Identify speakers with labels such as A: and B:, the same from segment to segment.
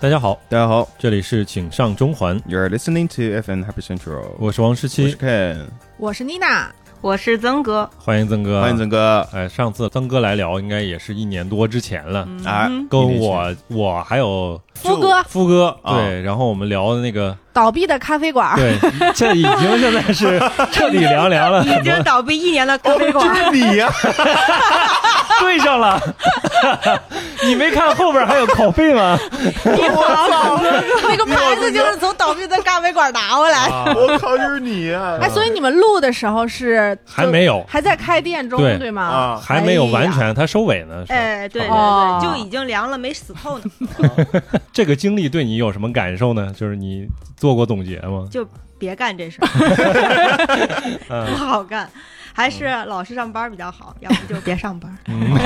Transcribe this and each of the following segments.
A: 大家好，
B: 大家好
A: 这里是请上中环，
B: ，You're listening to FM Happy Central，
A: 我是王十
B: 我是
A: 七，
B: Ken，
C: 我是妮娜，
D: 我是曾哥，
A: 欢迎曾哥，
B: 欢迎曾哥。
A: 哎，上次曾哥来聊，应该也是一年多之前了，
B: 啊，
A: 跟我我还有
C: 夫哥
A: 夫哥
B: 啊
A: 对，然后我们聊的那个，
C: 倒闭的咖啡馆，
A: 对，这已经现在是彻底凉凉了，
D: 已经倒闭一年的咖啡馆，
B: 是你 呀、
A: 对上 了，你没看后边还有拷贝 吗？
C: 那个牌子就是从倒闭的咖啡馆拿回
A: 啊
C: 来。
B: 我靠，就是你啊呀、
C: 哎，所以你们录的时候是
A: 还没有
C: 还在开店中，
A: 对
C: 对吗？
B: 啊！
A: 还没有完全，他收尾呢。是
D: 哎，对对
C: 哦
D: 对，就已经凉了，没死 透呢，
A: 这个经历对你有什么感受呢？就是你做过总结吗？
D: 就别干这事儿，
B: 嗯
D: 不好干，还是老实上班比较好，要不就别上 班。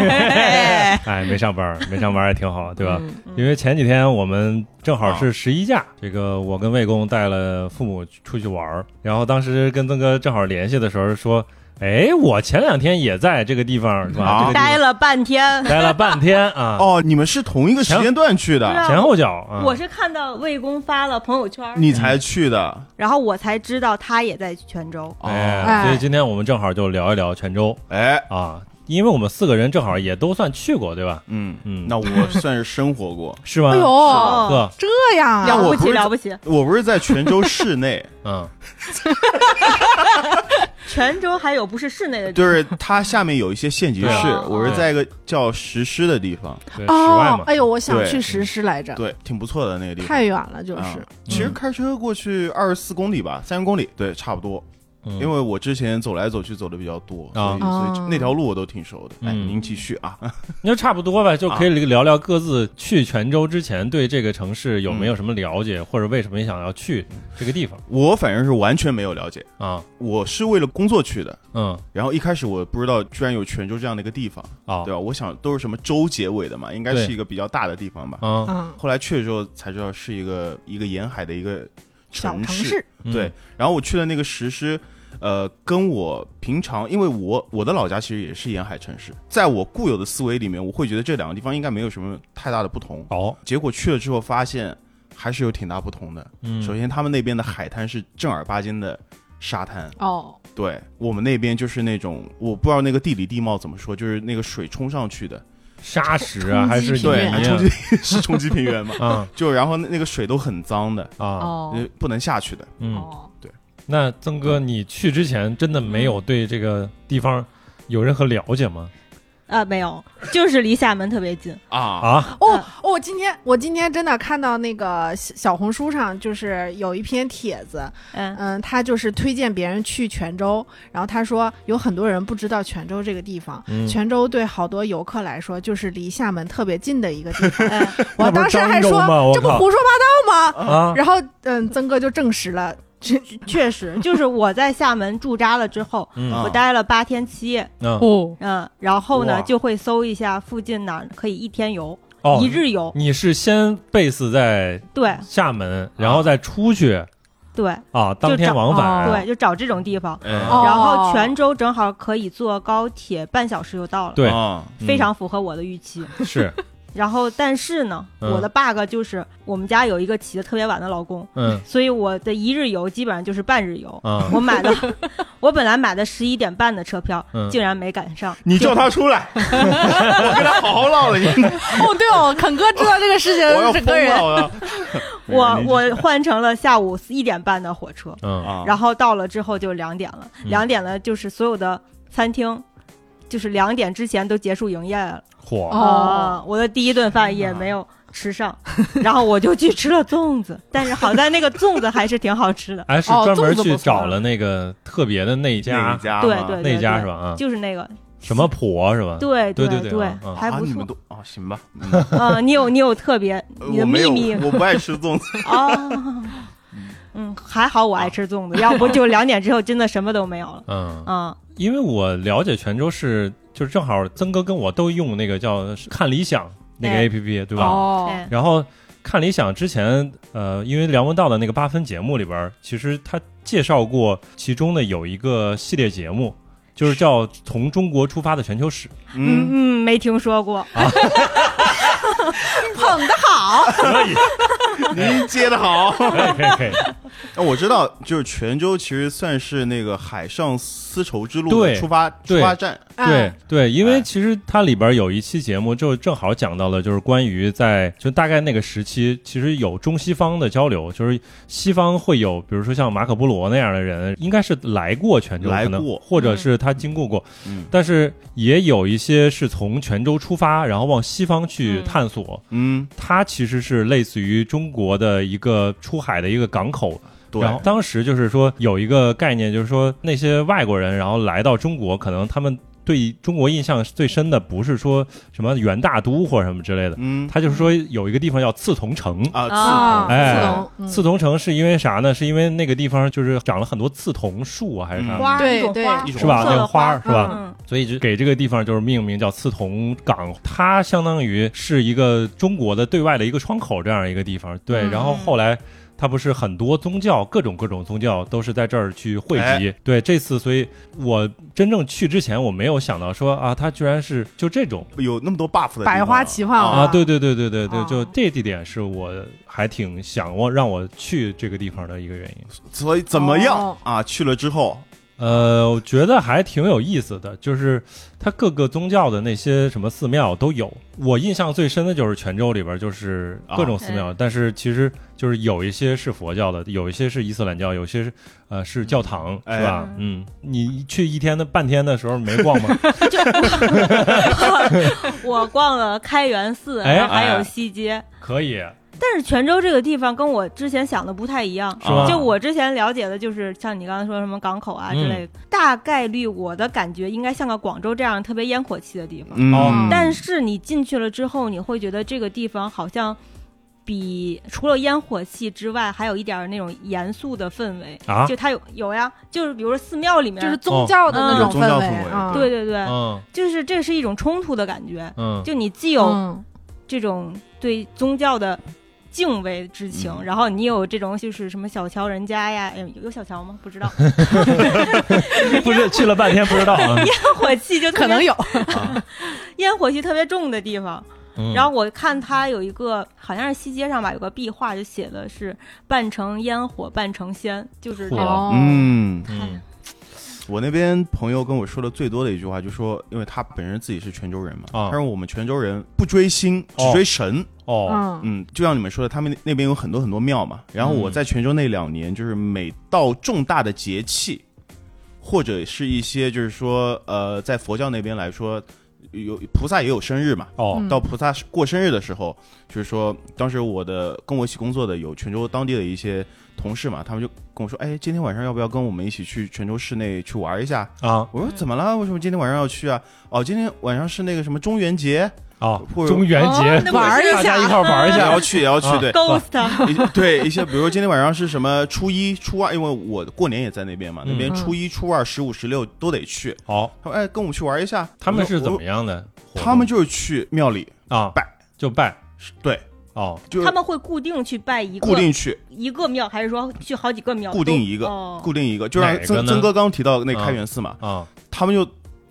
D: 哎
A: 哎，没上班儿，没上班儿也挺好，对吧？
C: 嗯
A: 因为前几天我们正好
B: 啊
A: 是十一假，这个我跟魏公带了父母出去玩儿，然后当时跟曾哥正好联系的时候说，哎，我前两天也在这个地方是吧？
B: 啊
A: 这个地方
D: 待了半天，
A: 待了半天啊，
B: 哦，你们是同一个时间段去
D: 对
B: 的，
D: 啊
A: 前后脚啊，
D: 我是看到魏公发了朋友圈，
B: 嗯你才去的。
D: 然后我才知道他也在泉州。
B: 哦，
A: 哎，所以今天我们正好就聊一聊泉州
B: 哎，
A: 啊，因为我们四个人正好也都算去过，对吧？
B: 嗯
A: 嗯
B: 那我算是生活过。
A: 是吗？
C: 哎呦，
A: 哥，
C: 这样
B: 那
C: 啊！
B: 哦我
D: 哦了不
B: 不
D: 起
B: 是
D: 了不起！
B: 我不是在泉州市内，
A: 嗯，
D: 泉州还有不是室内的地
B: 就是它下面有一些县级
A: 对
B: 市
A: 啊，
B: 我是在一个叫石狮的地方，
A: 对，室外
C: 哦
A: 嘛，，
C: 哎呦，我想
B: 对
C: 去实施来着，
B: 对，挺不错的那个地方
C: 太。远了，就是
B: 啊，其
A: 嗯
B: 实开车过去二十四公里吧，三十公里，对，差不多。
A: 因
B: 因为我之前走来走去走的比较多，所
A: 嗯啊
B: 以所以
C: 啊
B: 那条路我都挺熟的。哎，
A: 嗯
B: 您继续啊。
A: 那就差不多吧，就可以聊聊各自去泉州之前对这个城市有没有什么了解，
B: 嗯
A: 或者为什么想要去这个地方
B: 我反正是完全没有了解，
A: 啊？
B: 我是为了工作去的。
A: 嗯，
B: 然后一开始我不知道居然有泉州这样的一个地方，
A: 啊
B: 对，吧？我想都是什么州结尾的嘛，应该
A: 对
B: 是一个比较大的地方吧。
A: 嗯，
C: 嗯，
B: 后来去了之后才知道是一个一个沿海的一个
C: 小城
B: 城
C: 市，
A: 嗯
B: 对，，然后我去的那个石狮，呃，跟我平常，因为我我的老家其实也是沿海城市，在我固有的思维里面，我会觉得这两个地方应该没有什么太大的不同。
A: 哦，
B: 结果去了之后发现还是有挺大不同的。
A: 嗯，
B: 首先，他们那边的海滩是正儿八经的沙滩，
C: 哦，
B: 对我们那边就是那种我不知道那个地理地貌怎么说，就是那个水冲上去的，
A: 沙石啊，还是
C: 平
B: 对，
C: 原
B: 哎冲击 是冲击平原嘛，
A: 啊
B: 就然后那那个水都很脏的，
A: 啊，
C: 哦
B: 呃，不能下去的。
A: 嗯，
C: 哦，
A: 那曾哥，你去之前真的没有对这个地方有任何了解吗？
D: 啊，没有，就是离厦门特别近。
B: 啊
A: 啊，
C: 哦，我今天我今天真的看到那个小小红书上，就是有一篇帖子，
D: 嗯，
C: 嗯，他就是推荐别人去泉州，然后他说有很多人不知道泉州这个地方，
A: 嗯
C: 泉州对好多游客来说就是离厦门特别近的一 个地方。
D: 嗯
C: 我当时还说
A: 那不是漳州吗我靠
C: 这不胡说八道吗？
A: 啊，
C: 然后嗯，曾哥就证实了，
D: 确实，就是我在厦门驻扎了之后，
A: 嗯
B: 啊
D: 我待了八天七夜，
A: 嗯
C: 哦，
D: 嗯，然后
B: 哇
D: 呢就会搜一下附近哪儿可以一天游，
A: 哦
D: 一，日游，
A: 你是先 base 在
D: 对
A: 厦门，然后再出去
D: 对
A: 啊，当天往返，
C: 哦
D: 对，就找这种地方。
B: 哎
C: 哦
D: 然后泉州正好可以坐高铁半小时就到了，
A: 对
B: 啊
A: 嗯
D: 非常符合我的预期。
A: 是，
D: 然后但是呢，
A: 嗯
D: 我的 bug 就是我们家有一个起的特别晚的老公，
A: 嗯
D: 所以我的一日游基本上就是半日游。
A: 啊，
D: 我买的，我本来买的十一点半的车票，
A: 嗯
D: 竟然没赶上。
B: 你
D: 就
B: 叫他出来，我跟他好好唠了，你
C: 哦对哦，肯哥知道这个 事情
B: 我要，
C: 整
B: 疯
C: 个人
B: 了，我要
D: 我我换成了下午一点半的火车，
A: 嗯
B: 啊，
D: 然后到了之后就两点了，
A: 嗯
D: 两点了就是所有的餐厅。就是两点之前都结束营业了
A: 火
C: 哦
D: 啊我的第一顿饭也没有 吃上，然后我就去吃了粽子，但是好在那个粽子还是挺好吃的
A: ，哎，是
C: 哦
A: 专门
C: 粽子
A: 去
C: 不错
A: 找了那个特别的那一
B: 哪
A: 家
B: 一，家嘛
D: 对对
A: 啊那
D: 对
A: 一家
D: 对
A: 是吧？啊，
D: 就是那个，
A: 什么婆是吧？
D: 对
A: 对对
D: 对
A: 对啊啊
D: 还
B: 啊，
D: 不
B: 你
D: 错
B: 们。都啊，行吧，嗯
D: 嗯，你有你有特别
B: 呃
D: 你的
B: 我没
D: 秘
B: 有
D: 密，
B: 我不爱吃粽子。
D: 哦，嗯，还好我爱吃粽
A: 啊
D: 子，要不就两点之后真的什么都没有了。
A: 嗯，
D: 嗯，
A: 因为我了解泉州市，就是正好曾哥跟我都用那个叫看理想那个
D: 哎
A: A P P，对吧？
C: 哦
D: 哎，
A: 然后看理想之前，呃，因为梁文道的那个八分节目里边儿，其实他介绍过其中的有一个系列节目，就是叫《从中国出发的全球史》。
D: 嗯
A: 啊
D: 嗯嗯，没听说过。
C: 捧的好，
A: 可以，
B: 您接的好。
A: 可以可以，
B: 哎我知道，就是泉州其实算是那个海上丝绸之路的
A: 对
B: 出发出
A: 对
B: 发站，
A: 对
C: 啊，
A: 对，因为
B: 哎
A: 其实它里边有一期节目，就正好讲到了，就是关于在就大概那个时期，其实有中西方的交流，就是西方会有，比如说像马可波罗那样的人，应该是来过泉州，
B: 来
A: 可能
B: 过
A: 或者是他经过过，
B: 嗯
A: 但是也有一些是从泉州出发，然后往西方去
D: 嗯
A: 探索。
B: 嗯，
A: 它其实是类似于中国的一个出海的一个港口，
B: 对，
A: 然后当时就是说有一个概念，就是说那些外国人然后来到中国，可能他们对中国印象最深的不是说什么元大都或什么之类的，
B: 嗯
A: 他就是说有一个地方叫刺桐城。
B: 啊，
C: 啊，
A: 哎
C: 刺桐，嗯
A: 刺桐城是因为啥呢？是因为那个地方就是长了很多刺桐树啊，还是啥
B: 嗯？
D: 花儿
C: 对
D: 一种
C: 对
D: 花儿
B: 一种
A: 是吧？那
D: 红色
A: 个
D: 的
A: 花
D: 花
A: 儿是吧？
D: 嗯，
A: 所以就给这个地方就是命名叫刺桐港，它相当于是一个中国的对外的一个窗口这样一个地方。对，
D: 嗯
A: 然后后来它不是很多宗教，各种各种宗教都是在这儿去汇集。对，这次所以我真正去之前，我没有想到说啊，它居然是就这种
B: 有那么多 buff 的地方
C: 百花齐放
B: 啊
A: 啊！对对对对对对，
D: 哦
A: 就这地点是我还挺想我让我去这个地方的一个原因。
B: 所以怎么样
C: 哦
B: 啊？去了之后，
A: 呃，我觉得还挺有意思的，就是它各个宗教的那些什么寺庙都有。我印象最深的就是泉州里边就是各种寺庙，但是其实就是有一些是佛教的，有一些是伊斯兰教，有些是呃是教堂，
B: 哎
A: 是吧？嗯，你去一天的半天的时候没逛吗？
D: 嗯我逛了开元寺，
A: 哎
D: 然后还
B: 哎
D: 有西街。
A: 可以，
D: 但是泉州这个地方跟我之前想的不太一样，
A: 是
B: 啊
A: 吧
D: 就我之前了解的，就是像你刚才说什么港口啊之类的，
A: 嗯
D: 大概率我的感觉应该像个广州这样特别烟火气的地
B: 嗯
D: 方。
A: 哦
D: 但是你进去了之后，你会觉得这个地方好像比除了烟火气之外，还有一点儿那种严肃的氛围。
A: 啊
D: 就它有有呀，就是比如说寺庙里面，
C: 就是宗教的那
D: 哦
C: 种
B: 有宗教
C: 氛
B: 氛围
C: 啊，
D: 对对对，
A: 嗯
D: 就是这是一种冲突的感觉。
A: 嗯，
D: 就你既有
C: 嗯，
D: 这种对宗教的敬畏之情，
B: 嗯
D: 然后你有这种就是什么小乔人家呀，哎有有小乔吗？不知道，
A: 不是去了半天不知道啊。
D: 烟火气就特
C: 可
D: 别
C: 能 有，
D: 烟火气特别重的地方。
A: 嗯
D: 然后我看他有一个好像是西街上吧，有个壁画就写的是“半城烟火半城仙”，就是这
A: 嚯
D: 种
A: 哦
B: 嗯，
A: 嗯
B: 我那边朋友跟我说的最多的一句话，就说，因为他本身自己是泉州人嘛，
A: 啊
B: 他说我们泉州人不追星，只
A: 哦
B: 追神。
A: 哦
C: 嗯，
B: 嗯，就像你们说的，他们那那边有很多很多庙嘛。然后我
A: 嗯
B: 在泉州那两年，就是每到重大的节气，或者是一些就是说，呃，在佛教那边来说，有菩萨也有生日嘛。
A: 哦
C: 嗯
B: 到菩萨过生日的时候，就是说，当时我的跟我一起工作的有泉州当地的一些同事嘛，他们就跟我说，哎，今天晚上要不要跟我们一起去泉州市内去玩一下？
A: 啊
B: 我说怎么了？为什么今天晚上要去啊？哦，今天晚上是那个什么中元节，
A: 啊
B: 或，者
A: 中元
D: 哦
A: 节
D: 那不
C: 玩
D: 是
C: 一
A: 大
C: 下
A: 家一块儿玩一
B: 也
A: 下
B: 要去也要去
A: 啊，
B: 对，
D: ghost
B: 一对一些，比如说今天晚上是什么初一、初二，因为我过年也在那边嘛，
A: 嗯
B: 那边初一、初二、十五、十六都得去。
A: 好，
B: 他说：“哎，跟我们去玩一下。”
A: 他们是
B: 我说
A: 怎么？样的活
B: 我
A: 动？
B: 他们就是去庙里，
A: 啊
B: 拜
A: 就拜
B: 对，
A: 哦，
B: 就
D: 他
B: 是
D: 们会固定去拜一个
B: 固定去，
D: 一个庙，还是说去好几个庙都？
B: 固定一个
D: 哦、
B: 固定一个。就像
A: 哪个
B: 曾
A: 呢
B: 曾哥刚刚提到那开元寺嘛，
A: 啊
B: 他们就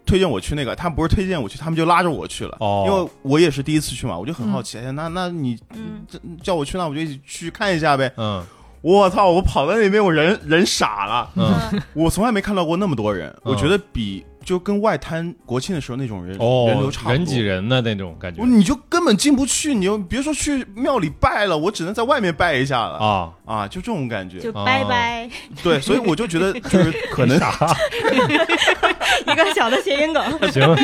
B: 推荐我去那个，他们不是推荐我去，他们就拉着我去了。
A: 哦
B: 因为我也是第一次去嘛，我就很好奇，哎那那你
D: 嗯，
B: 这叫我去，那我就一起去看一下呗。
A: 嗯
B: 我操！我跑到那边，我人人傻了。
A: 嗯
B: 我从来没看到过那么多人，
A: 嗯
B: 我觉得比就跟外滩国庆的时候那种人、
A: 哦，
B: 人流差不多。
A: 人挤人的那种感觉
B: 我，你就根本进不去，你就别说去庙里拜了，我只能在外面拜一下了
A: 啊，
B: 啊就这种感觉
D: 就。
A: 哦
D: 拜 拜、
B: 对，所以我就觉得就是可 能
D: 一个小的谐音梗。
A: 行，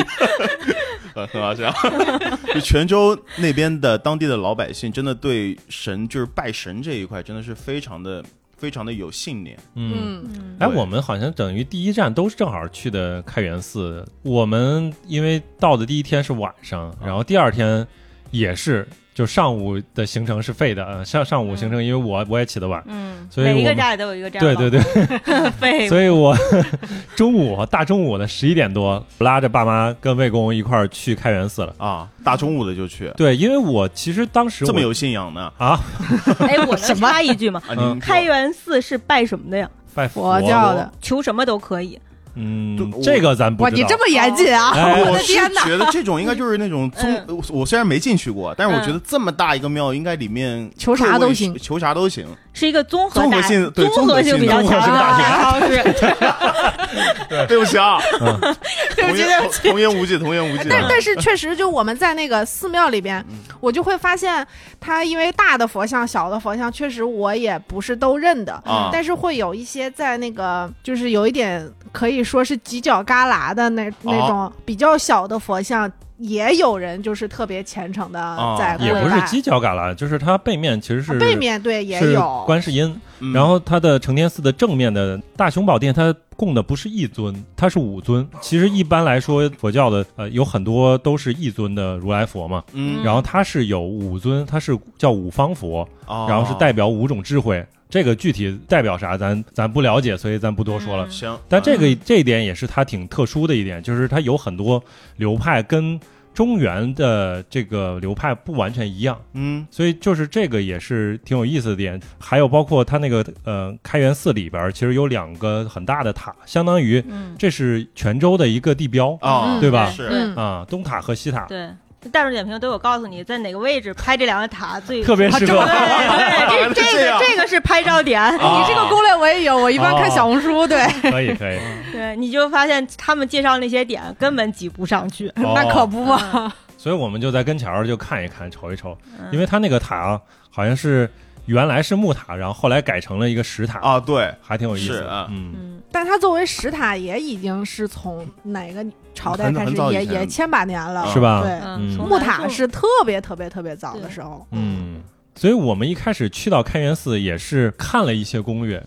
B: 很很好笑。 就泉州那边的当地的老百姓，真的对神就是拜神这一块，真的是非常的非常的有信念。
A: 嗯。
C: 嗯
D: 嗯
A: 哎，
B: 对
A: 我们好像等于第一站都是正好去的开元寺。我们因为到的第一天是晚
B: 啊
A: 上，然后第二天也是，就上午的行程是废的。呃上上午行程，因为我我也起得晚，
D: 嗯，
A: 所以
D: 每一
A: 我
D: 个
A: 们
D: 站都有一个站
A: 对对对，
D: 对， 废物
A: 所以我 中午大中午的十一点多，拉着爸妈跟魏公一块儿去开元寺了。
B: 啊，大中午的就去，
A: 对，因为我其实当时
B: 这么
A: 我
B: 有信仰呢
A: 啊，
D: 哎，我能插一句吗？
B: 啊！
A: 嗯
B: 您
D: 开元寺是拜什么的呀？
A: 拜
C: 佛教的，
D: 求什么都可以，
B: 对
A: 嗯
B: 我，
A: 这个咱不
C: 哇，
A: 知
C: 你
A: 道
C: 这。么严谨啊！
A: 哎
C: 我
B: 我
C: 的
B: 是
C: 天哪！
B: 觉得这种应该就是那种宗，
D: 嗯
B: 我我虽然没进去过，但是我
D: 嗯
B: 觉得这么大一个庙，应该里面
C: 求啥
B: 各位
C: 都行
B: 求啥 都行。
D: 是一个综合
B: 综合
D: 大
B: 性对
D: 综合性比较
B: 综合
D: 强
B: 性
D: 的
B: 大学
D: 爱好 是，
B: 对不起啊，
A: 嗯
C: 对不起对不
B: 起，童言无忌，童言无忌
C: 但
B: 啊。
C: 但是确实，就我们在那个寺庙里边，
B: 嗯
C: 我就会发现，它因为大的佛像、小的佛像，确实我也不是都认的，
B: 啊
C: 但是会有一些在那个就是有一点可以说是犄角旮旯的
B: 啊
C: 那那种比较小的佛像，也有人就是特别虔诚的
B: 啊
C: 在跪
A: 也
C: 拜，
A: 不是犄角旮旯，就是它背面其实是
C: 哦背面对也
A: 是
C: 有，
A: 观世音，
B: 嗯
A: 然后它的承天寺的正面的大雄宝殿，它供的不是一尊，它是五尊。其实一般来说，佛教的呃有很多都是一尊的如来佛嘛，
B: 嗯，
A: 然后它是有五尊，它是叫五方佛，
B: 哦
A: 然后是代表五种智慧。这个具体代表啥，咱咱不了解，所以咱不多说了。
D: 嗯
B: 行，
A: 但这个这一点也是它挺特殊的一点，就是它有很多流派跟中原的这个流派不完全一样。
B: 嗯
A: 所以就是这个也是挺有意思的点，还有包括它那个呃开元寺里边儿，其实有两个很大的塔，相当于
D: 嗯，
A: 这是泉州的一个地标
B: 啊，
C: 嗯
A: 对吧
B: 是
D: 对
C: 嗯
A: 啊，东塔和西塔，
D: 对，大众点评都有告诉你在哪个位置拍这两个塔最
A: 特别
D: 啊
A: 适
D: 对
A: 合
B: 原
D: 对对
B: 来是
D: 这这
B: 这
D: 个
B: 样
D: 这个是拍照点，
B: 啊
C: 你这个攻略我也有，我一般看
A: 哦
C: 小红书，对，
A: 可以可以，
D: 对，你就发现他们介绍那些点根本挤不上去，
A: 哦
C: 那可不嘛。
A: 所以我们就在跟前儿就看一看瞅一瞅，
D: 嗯
A: 因为它那个塔啊好像是原来是木塔，然后后来改成了一个石塔，
B: 啊，对，
A: 还挺有意思
B: 是
A: 的
B: 啊，
A: 嗯，
D: 嗯，
C: 但它作为石塔也已经是从哪个朝代
B: 很
C: 开始
B: 很早以
C: 也
B: 前
C: 也千把年了，
A: 是吧？
C: 对，
A: 嗯
D: 嗯，从
C: 木
D: 南
C: 塔
D: 宋
C: 是特别特别特别早的时 候，
A: 嗯，所以我们一开始去到开元寺也是看了一些攻略，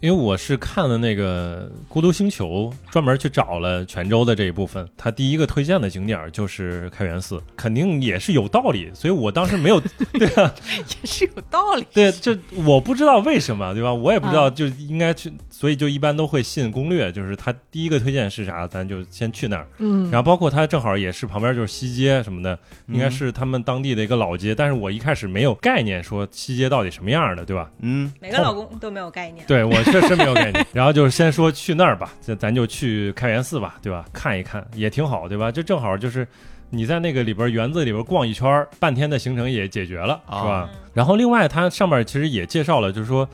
A: 因为我是看了那个《孤独星球》，专门去找了泉州的这一部分。它第一个推荐的景点儿就是开元寺，肯定也是有道理。所以我当时 没有对啊，
C: 也是有道理。
A: 对，啊这我不知道为什么，对吧？我也不知道，就应该去，所以就一般都会信攻略，就是它第一个推荐是啥，咱就先去那儿。
C: 嗯，
A: 然后包括它正好也是旁边就是西街什么的，
B: 嗯
A: 应该是他们当地的一个老街，但是我一开始没有概念说西街到底什么样的，对吧？
B: 嗯
D: 每个老公都没有概念，
A: 对我确实没有概念。 然后就是先说去那儿吧，咱咱就去开元寺吧，对吧？看一看也挺好，对吧？这正好就是你在那个里边园子里边逛一圈儿，半天的行程也解决了，是吧？
D: 嗯
A: 然后另外它上面其实也介绍了，就是说。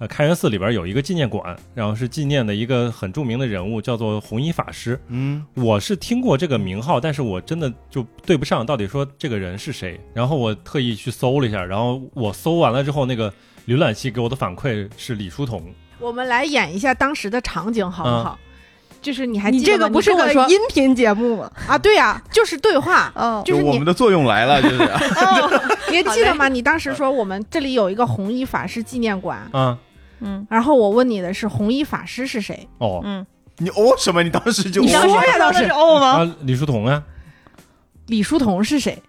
A: 呃，开元寺里边有一个纪念馆，然后是纪念的一个很著名的人物，叫做弘一法师。
B: 嗯
A: 我是听过这个名号，但是我真的就对不上到底说这个人是谁。然后我特意去搜了一下，然后我搜完了之后，那个浏览器给我的反馈是李叔同。
C: 我们来演一下当时的场景，好不好？就是你还
D: 你
C: 记得
D: 这
C: 吗
D: 个不是
C: 你跟
D: 个
C: 我说
D: 音频节目吗？，
C: 啊？对呀，就是对话
D: 哦
C: 就是
B: 我
C: 你
B: 们的作用来了，就是 啊
D: 哦，
C: 你还记得吗？你当时说我们这里有一个弘一法师纪念馆，
A: 啊，
D: 嗯
C: 然后我问你的是弘一法师是谁？
A: 哦，
D: 嗯，
B: 你哦什么？你当时就
C: 你
B: 哦
C: 当时
D: 说呀，
C: 当
D: 当
C: 时
D: 时哦吗？
A: 啊，李叔同啊，
C: 李叔同是谁？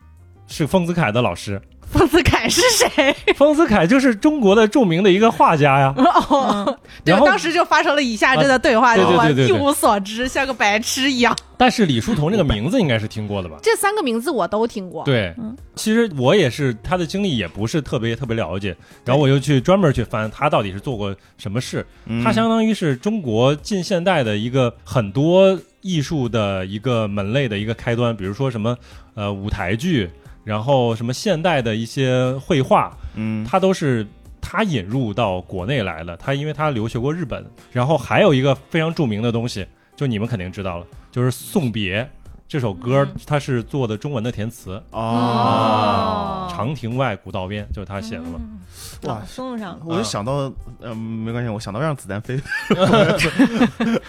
A: 是丰子恺的老师。
C: 丰子恺是谁？
A: 丰子恺就是中国的著名的一个画家呀。
C: 哦，对，
A: 然后
C: 当时就发生了以下这的对话，
A: 啊对对
C: 我
A: 对对
C: 一
A: 对
C: 无所知，像个白痴一样。
A: 但是李叔同这个名字应该是听过的吧？
C: 这三个名字我都听过，
A: 对
D: 嗯，
A: 其实我也是他的经历也不是特别特别了解，然后我又去专门去翻他到底是做过什么事。
B: 嗯
A: 它相当于是中国近现代的一个很多艺术的一个门类的一个开端，比如说什么呃舞台剧，然后什么现代的一些绘画，
B: 嗯
A: 它都是他引入到国内来的。他因为他留学过日本，然后还有一个非常著名的东西，就你们肯定知道了，就是《送别》这首歌
D: 嗯，
A: 它是做的中文的填词，
D: 哦
A: 长亭外，古道边》就是他写的嘛。
D: 嗯
B: 哇
D: 朗诵上
C: 哦
D: 了，
B: 我就想到，嗯，没关系，我想到让子弹飞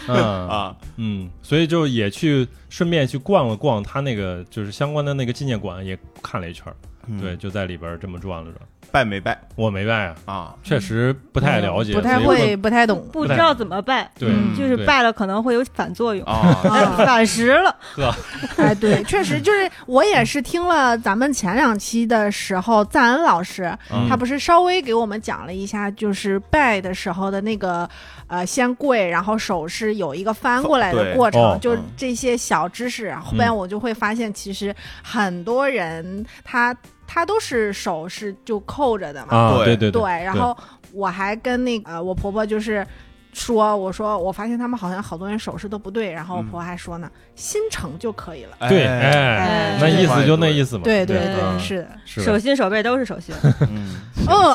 A: 嗯
B: 啊，
A: 嗯，所以就也去顺便去逛了逛他那个就是相关的那个纪念馆，也看了一圈儿。
B: 嗯
A: 对，，就在里边儿这么转了转。
B: 拜没拜
A: 我没拜啊，
B: 啊？
C: 嗯
A: 确实不太了解，
C: 不太
A: 所以
C: 会，不太懂。
D: 不知道怎么拜，
A: 对
B: 嗯
D: 就是
A: 对
D: 拜了可能会有反作用，
B: 啊，
D: 哎反食了，
C: 哎，对，确实就是我也是听了咱们前两期的时候，赞恩老师
A: 嗯
C: 他不是稍微给我们讲了一下，就是拜的时候的那个呃，先跪，然后手是有一个翻过来的
B: 对
C: 过程，
A: 哦嗯
C: 就是
B: 嗯
C: 这些小知识。后边我就会发现，其实很多人他他都是手是就扣着的嘛，
A: 啊，
B: 对
A: 对对
C: 对，然后我还跟那个、呃我婆婆就是说，我说我发现他们好像好多人手势都不对，然后我婆还说呢，心诚就可以了。
A: 对，
B: 哎，
A: 哎
D: 哎，
A: 那意思就那意思嘛。
C: 对对
A: 对
C: 对，
A: 嗯
C: 是的，
A: 是
D: 手
A: 的，
D: 心手背都是手心，
A: 哎
B: 嗯，
C: 嗯，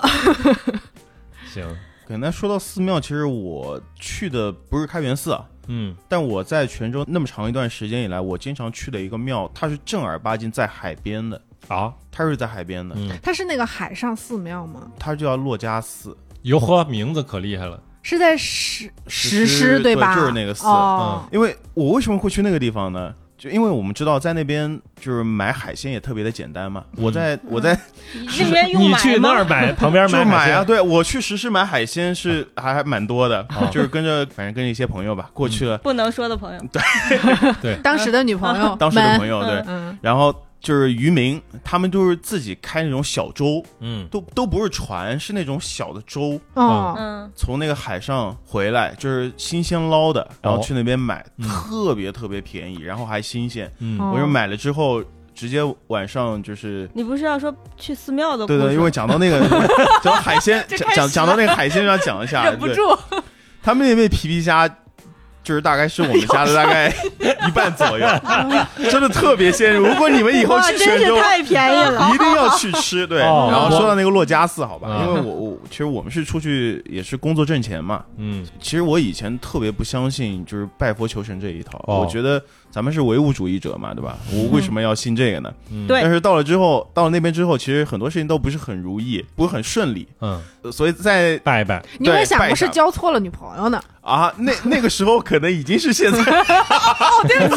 A: 行，
B: 可能说到寺庙，其实我去的不是开元寺啊，
A: 嗯
B: 但我在泉州那么长一段时间以来，我经常去的一个庙，它是正儿八经在海边的，
A: 啊，
B: 它是在海边的，
A: 嗯，
C: 它是那个海上寺庙吗？
B: 它就叫珞珈寺，
A: 哟呵，名字可厉害了，
C: 是在石
B: 石狮
C: 石狮
B: 对
C: 吧？
B: 就是那个寺嗯
C: 哦，
B: 因为我为什么会去那个地方呢？就因为我们知道在那边就是买海鲜也特别的简单嘛。我在我在
D: 那边用
A: 你
D: 买
A: 去那
D: 吗
A: 嗯儿？买，旁边
B: 就
A: 海
B: 买啊，
A: 鲜，
B: 对我去实施买海鲜是还还蛮多的
A: 啊，
B: 就是跟着反正跟着一些朋友吧过去
A: 嗯
B: 了，
D: 不能说的朋友，
C: 当时的女朋友，
B: 当时的朋友
D: 嗯
B: 对，
C: 嗯，
B: 然后就是渔民，他们都是自己开那种小舟，
A: 嗯
B: 都都不是船，是那种小的舟，
A: 哦
C: 哦，
D: 嗯，
B: 从那个海上回来，就是新鲜捞的，然后去那边买，
A: 嗯
B: 特别特别便宜，然后还新鲜。
A: 嗯
C: 哦
B: 我就买了之后，直接晚上就是。
D: 你不是要说去寺庙的故
B: 对
D: 事？
B: 对，因为讲到 那个讲到海鲜，
C: 就
B: 讲
C: 开始
B: 讲讲到那个海鲜上讲一下，
C: 忍不
B: 对
C: 住，哦
B: 他们那边皮皮虾，就是大概是我们家的大概一半左 右，真的特别鲜。如果你们以后
D: 哇，
B: 去
D: 真
B: 泉
D: 是
B: 州，
D: 太便宜了，
B: 一定要去 吃。对，
A: 哦
B: 然后说到那个珞珈寺，好吧，
A: 嗯
B: 因为我我其实我们是出去也是工作挣钱嘛。
A: 嗯，
B: 其实我以前特别不相信就是拜佛求神这一套，
A: 哦
B: 我觉得咱们是唯物主义者嘛，对吧？我为什么要信这 个呢？
A: 嗯
D: 对
B: 但是到了之后，到了那边之后，其实很多事情都不是很如意，不是很顺利，
A: 嗯，
B: 呃所以在
A: 拜一拜，
C: 你有没有
B: 对
C: 想
B: 拜
C: 过是
B: 上
C: 交错了女朋友呢？
B: 啊那那个时候可能已经是现在
D: 对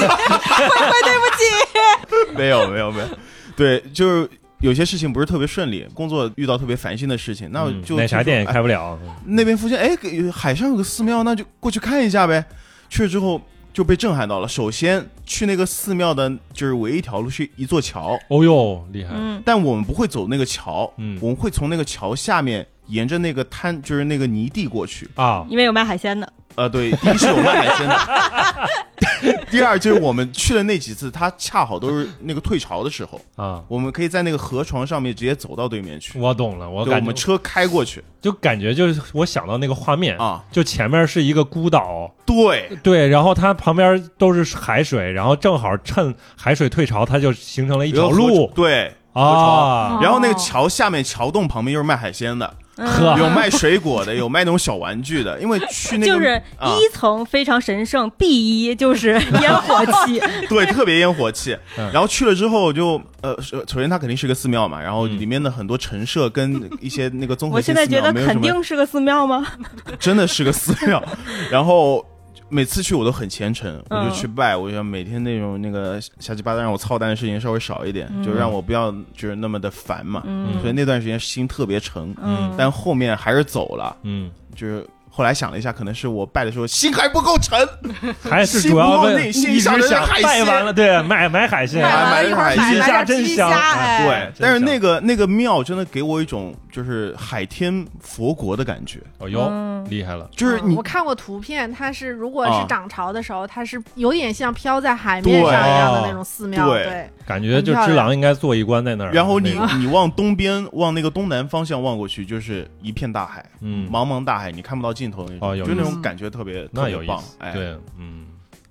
D: 不起，
B: 没有没有没有，对，就是有些事情不是特别顺利，工作遇到特别烦心的事情，那我
A: 嗯
B: 就
A: 奶茶店也
B: 就说
A: 开不了，
B: 哎那边附近哎给海上有个寺庙，那就过去看一下呗。去了之后就被震撼到了。首先去那个寺庙的，就是唯一一条路是一座桥，
A: 哦哟，厉害，
D: 嗯，
B: 但我们不会走那个桥，
A: 嗯
B: 我们会从那个桥下面。沿着那个滩，就是那个泥地过去。
A: 啊，
D: 因为有卖海鲜的，
B: 呃，对，第一是有卖海鲜的， 第二就是我们去的那几次，它恰好都是那个退潮的时候。
A: 啊，
B: 我们可以在那个河床上面直接走到对面去，
A: 我懂了，我
B: 对，我
A: 感
B: 们
A: 觉
B: 车开过去
A: 就感觉就是我想到那个画面，
B: 啊，
A: 就前面是一个孤岛，
B: 对
A: 对，然后它旁边都是海水，然后正好趁海水退潮，它就形成了一条
B: 有
A: 路
B: 河对，
A: 啊
C: 哦，
B: 然后那个桥下面桥洞旁边又是卖海鲜的，
A: 呵
B: 有卖水果的，有卖那种小玩具的，因为去那个
D: 就是
B: 啊
D: 一层非常神圣，B 一就是 烟火气，
B: 对特别烟火气，
A: 嗯
B: 然后去了之后就呃，首首先它肯定是个寺庙嘛，然后
A: 嗯
B: 里面的很多陈设跟一些那个综合
D: 我
B: 性
D: 现
B: 寺
D: 在觉
B: 庙
D: 得
B: 没有什
D: 肯
B: 么
D: 定是个寺庙吗？
B: 真的是个寺 庙。然后每次去我都很虔诚，
D: 嗯
B: 我就去拜，我就每天那种那个瞎鸡巴的让我操蛋的事情稍微少一点，就让我不要就是那么的烦嘛。
D: 嗯
B: 所以那段时间心特别沉，
A: 嗯
B: 但后面还是走了，
A: 嗯，
B: 就是。后来想了一下，可能是我拜的时候心还不够沉，
A: 还是主要
B: 心窝
A: 问
B: 内
A: 一
B: 心
A: 直
B: 想
A: 想
B: 着是海
A: 拜
B: 鲜
A: 完了，对，买买海鲜
B: 买
A: 啊，
B: 买
C: 了一会儿
B: 买
C: 买
A: 鸡
C: 了
A: 虾
C: 点
A: 真
C: 鸡
A: 香
C: 虾
B: 啊
A: 哎
C: 哎，
B: 对。但是
A: 真香
B: 那个那个庙真的给我一种就是海天佛国的感觉，
A: 哦哟，
D: 嗯
A: 厉害了，
B: 就是
C: 嗯
B: 你
C: 我看过图片，它是如果
B: 啊
C: 是涨潮的时候，它是有点像飘在海面上一样的那种寺庙，
B: 啊对
C: 对，
A: 感觉就只狼应该坐一关在那儿，
B: 然后你
A: 那个
B: 你往东边往那个东南方向望过去，就是一片大海，
A: 嗯，
B: 茫茫大海，你看不到尽头的那种，
A: 哦有
B: 就那
C: 意
B: 种
C: 思
B: 感觉特别特
A: 那
B: 别
A: 有意
B: 棒
A: 思，，
B: 哎，
A: 对，嗯，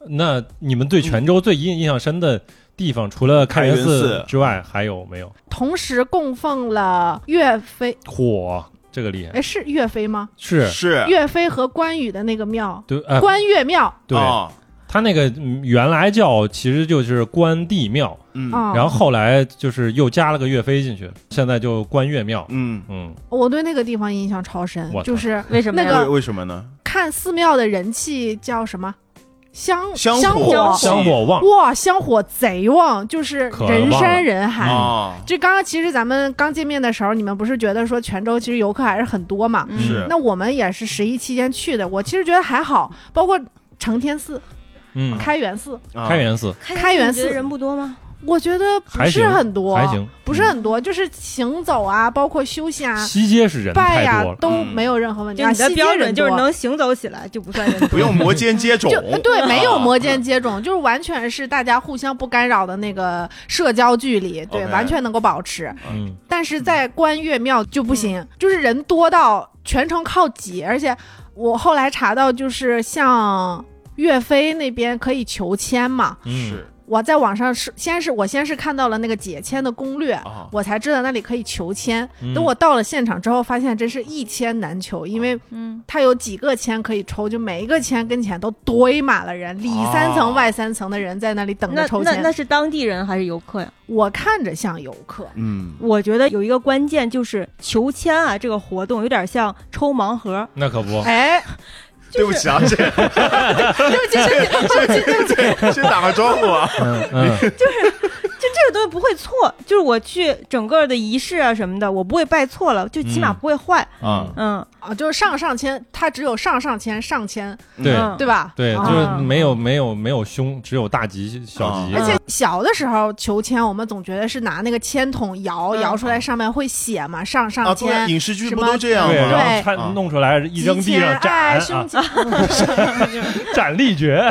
A: 那你们对泉州最印印象深的地方，除了开元
B: 嗯开元寺
A: 寺之外，还有没有？
C: 同时供奉了岳飞，
A: 嚯，这个厉害
C: 哎，是岳飞吗？
A: 是。
B: 是，
C: 岳飞和关羽的那个庙，
A: 对，哎，
C: 关岳庙，
A: 对，
B: 啊
A: 他那个嗯原来叫其实就是关帝庙，
B: 嗯
C: 啊，
A: 然后后来就是又加了个岳飞进去，现在就关岳庙。
B: 嗯，
A: 嗯，
C: 我对那个地方印象超深
A: 我，操
C: 就是
D: 为什么呀？
C: 那
B: 为
C: 个
B: 为什么呢？
C: 看寺庙的人气叫什么？香
B: 香
C: 火
B: 火
A: 香火旺，
C: 哇，香火贼旺，就是
A: 可旺
C: 人
A: 了
C: 山人海。
B: 啊，
C: 这刚刚其实咱们刚见面的时候，你们不是觉得说泉州其实游客还是很多嘛？
D: 嗯
B: 是
C: 那我们也是十一期间去的，我其实觉得还好，包括承天寺、
A: 嗯，
C: 开元寺，
B: 啊
A: 开元寺
C: 开元寺
D: 你觉得人不多吗？
C: 我觉得不
A: 还
C: 是
A: 行
C: 很多，
A: 还行，
C: 不是很多，就是行走啊，包括休息啊、
A: 西街是人
C: 拜
A: 太
C: 呀、
A: 多了，嗯
C: 都没有任何问题。
D: 就
C: 啊
D: 你的
C: 西街
D: 标准
C: 人
D: 就是
C: 多
D: 能行走起来就不算人多。
B: 不用摩肩接踵
C: 就，
A: 呃
C: 对，
A: 啊
C: 没有摩肩接踵，就是完全是大家互相不干扰的那个社交距离，对
B: OK
C: 完全能够保持。
A: 嗯，
D: 嗯
C: 但是在关岳庙就不行，就是人多到全程靠挤，而且我后来查到，就是像岳飞那边可以求签嘛。
A: 嗯
B: 是
C: 我在网上是先是我先是看到了那个解签的攻略，
B: 啊，
C: 我才知道那里可以求签。
A: 嗯
C: 等我到了现场之后，发现真是一签难求，因为
D: 嗯，
C: 它有几个签可以抽，就每一个签跟前都堆满了人，里三
B: 啊
C: 层外三层的人在那里等
D: 那
C: 着抽
D: 那
C: 签。
D: 那是当地人还是游客呀？
C: 我看着像游 客，
B: 嗯，
D: 我觉得有一个关键就是求签啊，这个活动有点像抽盲盒。
A: 那可不，
C: 哎，
B: 对不起啊，这个
C: 对不起，对不起对不起，对不起，
B: 先打个招呼啊，
A: 嗯 嗯
D: 就这个东西不会错，就是我去整个的仪式啊什么的，我不会拜错了，就起码
A: 嗯
D: 不会坏。
B: 啊，
D: 嗯，
C: 啊，就是上上签，它只有上上签、上签，
A: 对
D: 嗯
C: 对吧？
A: 对，
C: 啊
A: 就是没有没有没有凶，只有大吉小吉
C: 哦而
D: 啊。
C: 且小的时候求签，我们总觉得是拿那个签筒摇
D: 嗯
C: 摇出来，上面会写嘛，上
B: 啊，
C: 上
B: 对啊，
C: 签、
B: 影视剧
C: 什
B: 不
C: 么
B: 都这样
A: 对，
B: 吗？
A: 然后
B: 啊
A: 他弄出来一扔地上
C: 极签
A: 斩
C: 哎，
A: 啊
C: 胸， 前
A: 斩立决，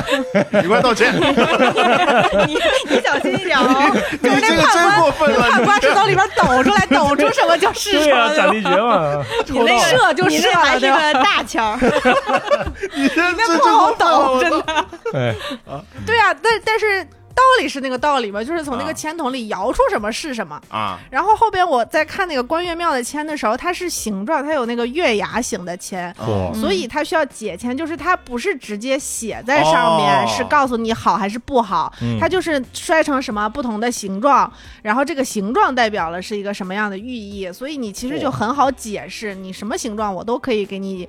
B: 你快 道歉，你
D: 你你小心一点哦，
B: 这个真过分了，
C: 判官是从里边抖出来，抖出什么就是
A: 对
C: 什
A: 啊，斩
C: 么，
A: 立决 嘛，
D: 你那个
C: 射就
D: 你
C: 射
D: 那还
C: 了，
D: 是
C: 对吧？
D: 个大签 儿，嗯
B: 你这这
C: 不
B: 真
C: 好
B: 过分了，
C: 抖，
B: 我
C: 真的。
A: 对，
C: 对啊，但但是道理是那个道理吧，就是从那个
B: 啊
C: 签筒里摇出什么是什么。
B: 啊，
C: 然后后边我在看那个关岳庙的签的时候，它是形状，它有那个月牙形的签。
A: 嚯
D: 嗯
C: 所以它需要解签，就是它不是直接写在上面，
B: 哦
C: 是告诉你好还是不好，
A: 嗯
C: 它就是摔成什么不同的形状，然后这个形状代表了是一个什么样的寓意，所以你其实就很好解释，你什么形状我都可以给你，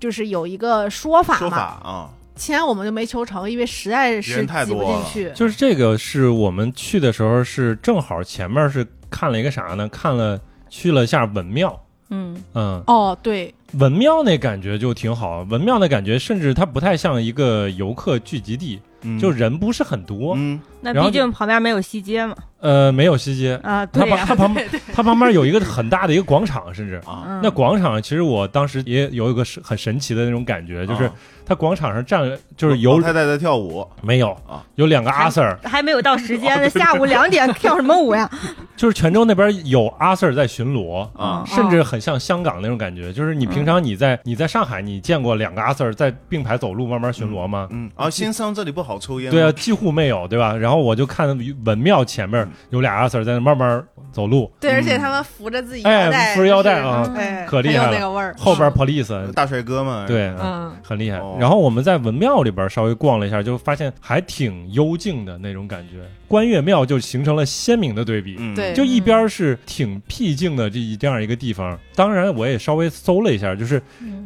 C: 就是有一个说法
B: 说法
C: 嘛。
B: 啊，
C: 签我们就没求成，因为实在是
B: 人太
C: 挤不
B: 多
C: 进
B: 了
C: 去。
A: 就是这个是我们去的时候是正好前面是看了一个啥呢？看了去了下文庙，
D: 嗯，
A: 嗯，
C: 哦，对，
A: 文庙那感觉就挺好，文庙那感觉甚至它不太像一个游客聚集地，
B: 嗯
A: 就人不是很多，
B: 嗯，
D: 那
A: 然后
D: 毕竟旁边没有西街嘛。
A: 呃，没有西街，
D: 啊，
A: 它
D: 对
A: 旁
D: 呀、
A: 它旁它旁边有一个很大的一个广场，甚至。
B: 啊，
D: 嗯
A: 那广场其实我当时也有一个神很神奇的那种感觉，就是
D: 哦
B: 啊
A: 它广场上站了就是
B: 老
A: 有
B: 太太在跳舞，
A: 没有
D: 哦
B: 啊
A: 有两个阿 Sir，
D: 还没有到
A: 哦
D: 时间呢，下午两点跳什么舞呀？
A: 就是泉州那边有阿 Sir 在巡逻，
B: 啊嗯
A: 甚至很像香港那种感觉，就是你平常你在你在上海你见过两个阿 Sir 在并排走路慢慢巡逻吗？
B: 嗯，啊，先生这里不好抽烟吗，
A: 对啊，几乎没有，对吧？然后我就看文庙前面有俩阿 Sir 在那慢慢走路，
C: 对，
B: 嗯
C: 而且他们扶着自己
A: 哎
C: 腰带，
A: 扶着腰带
C: 就是
A: 啊
C: 哎，
A: 可厉害
C: 很有
A: 了
C: 那个味儿。
A: 后边
C: 嗯
A: police
B: 大帅哥嘛，，
A: 对，啊
C: 嗯，
A: 很厉害
B: 哦。
A: 然后我们在文庙里边稍微逛了一下，就发现还挺幽静的那种感觉。关岳庙就形成了鲜明的对比，
B: 嗯，
C: 对
A: 就一边是挺僻静的这一这样一个地方。当然，我也稍微搜了一下，就是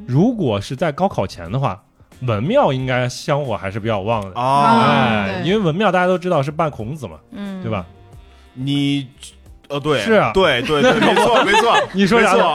A: 如果是在高考前的话，文庙应该香火还是比较旺的。
B: 啊，
A: 哎，
C: 对
A: 因为文庙大家都知道是拜孔子嘛，
D: 嗯，
A: 对吧？？
B: 你，呃，对，
A: 是啊
B: 对对 对，没错没错，
A: 你说啥
B: 没
A: 呢
B: 错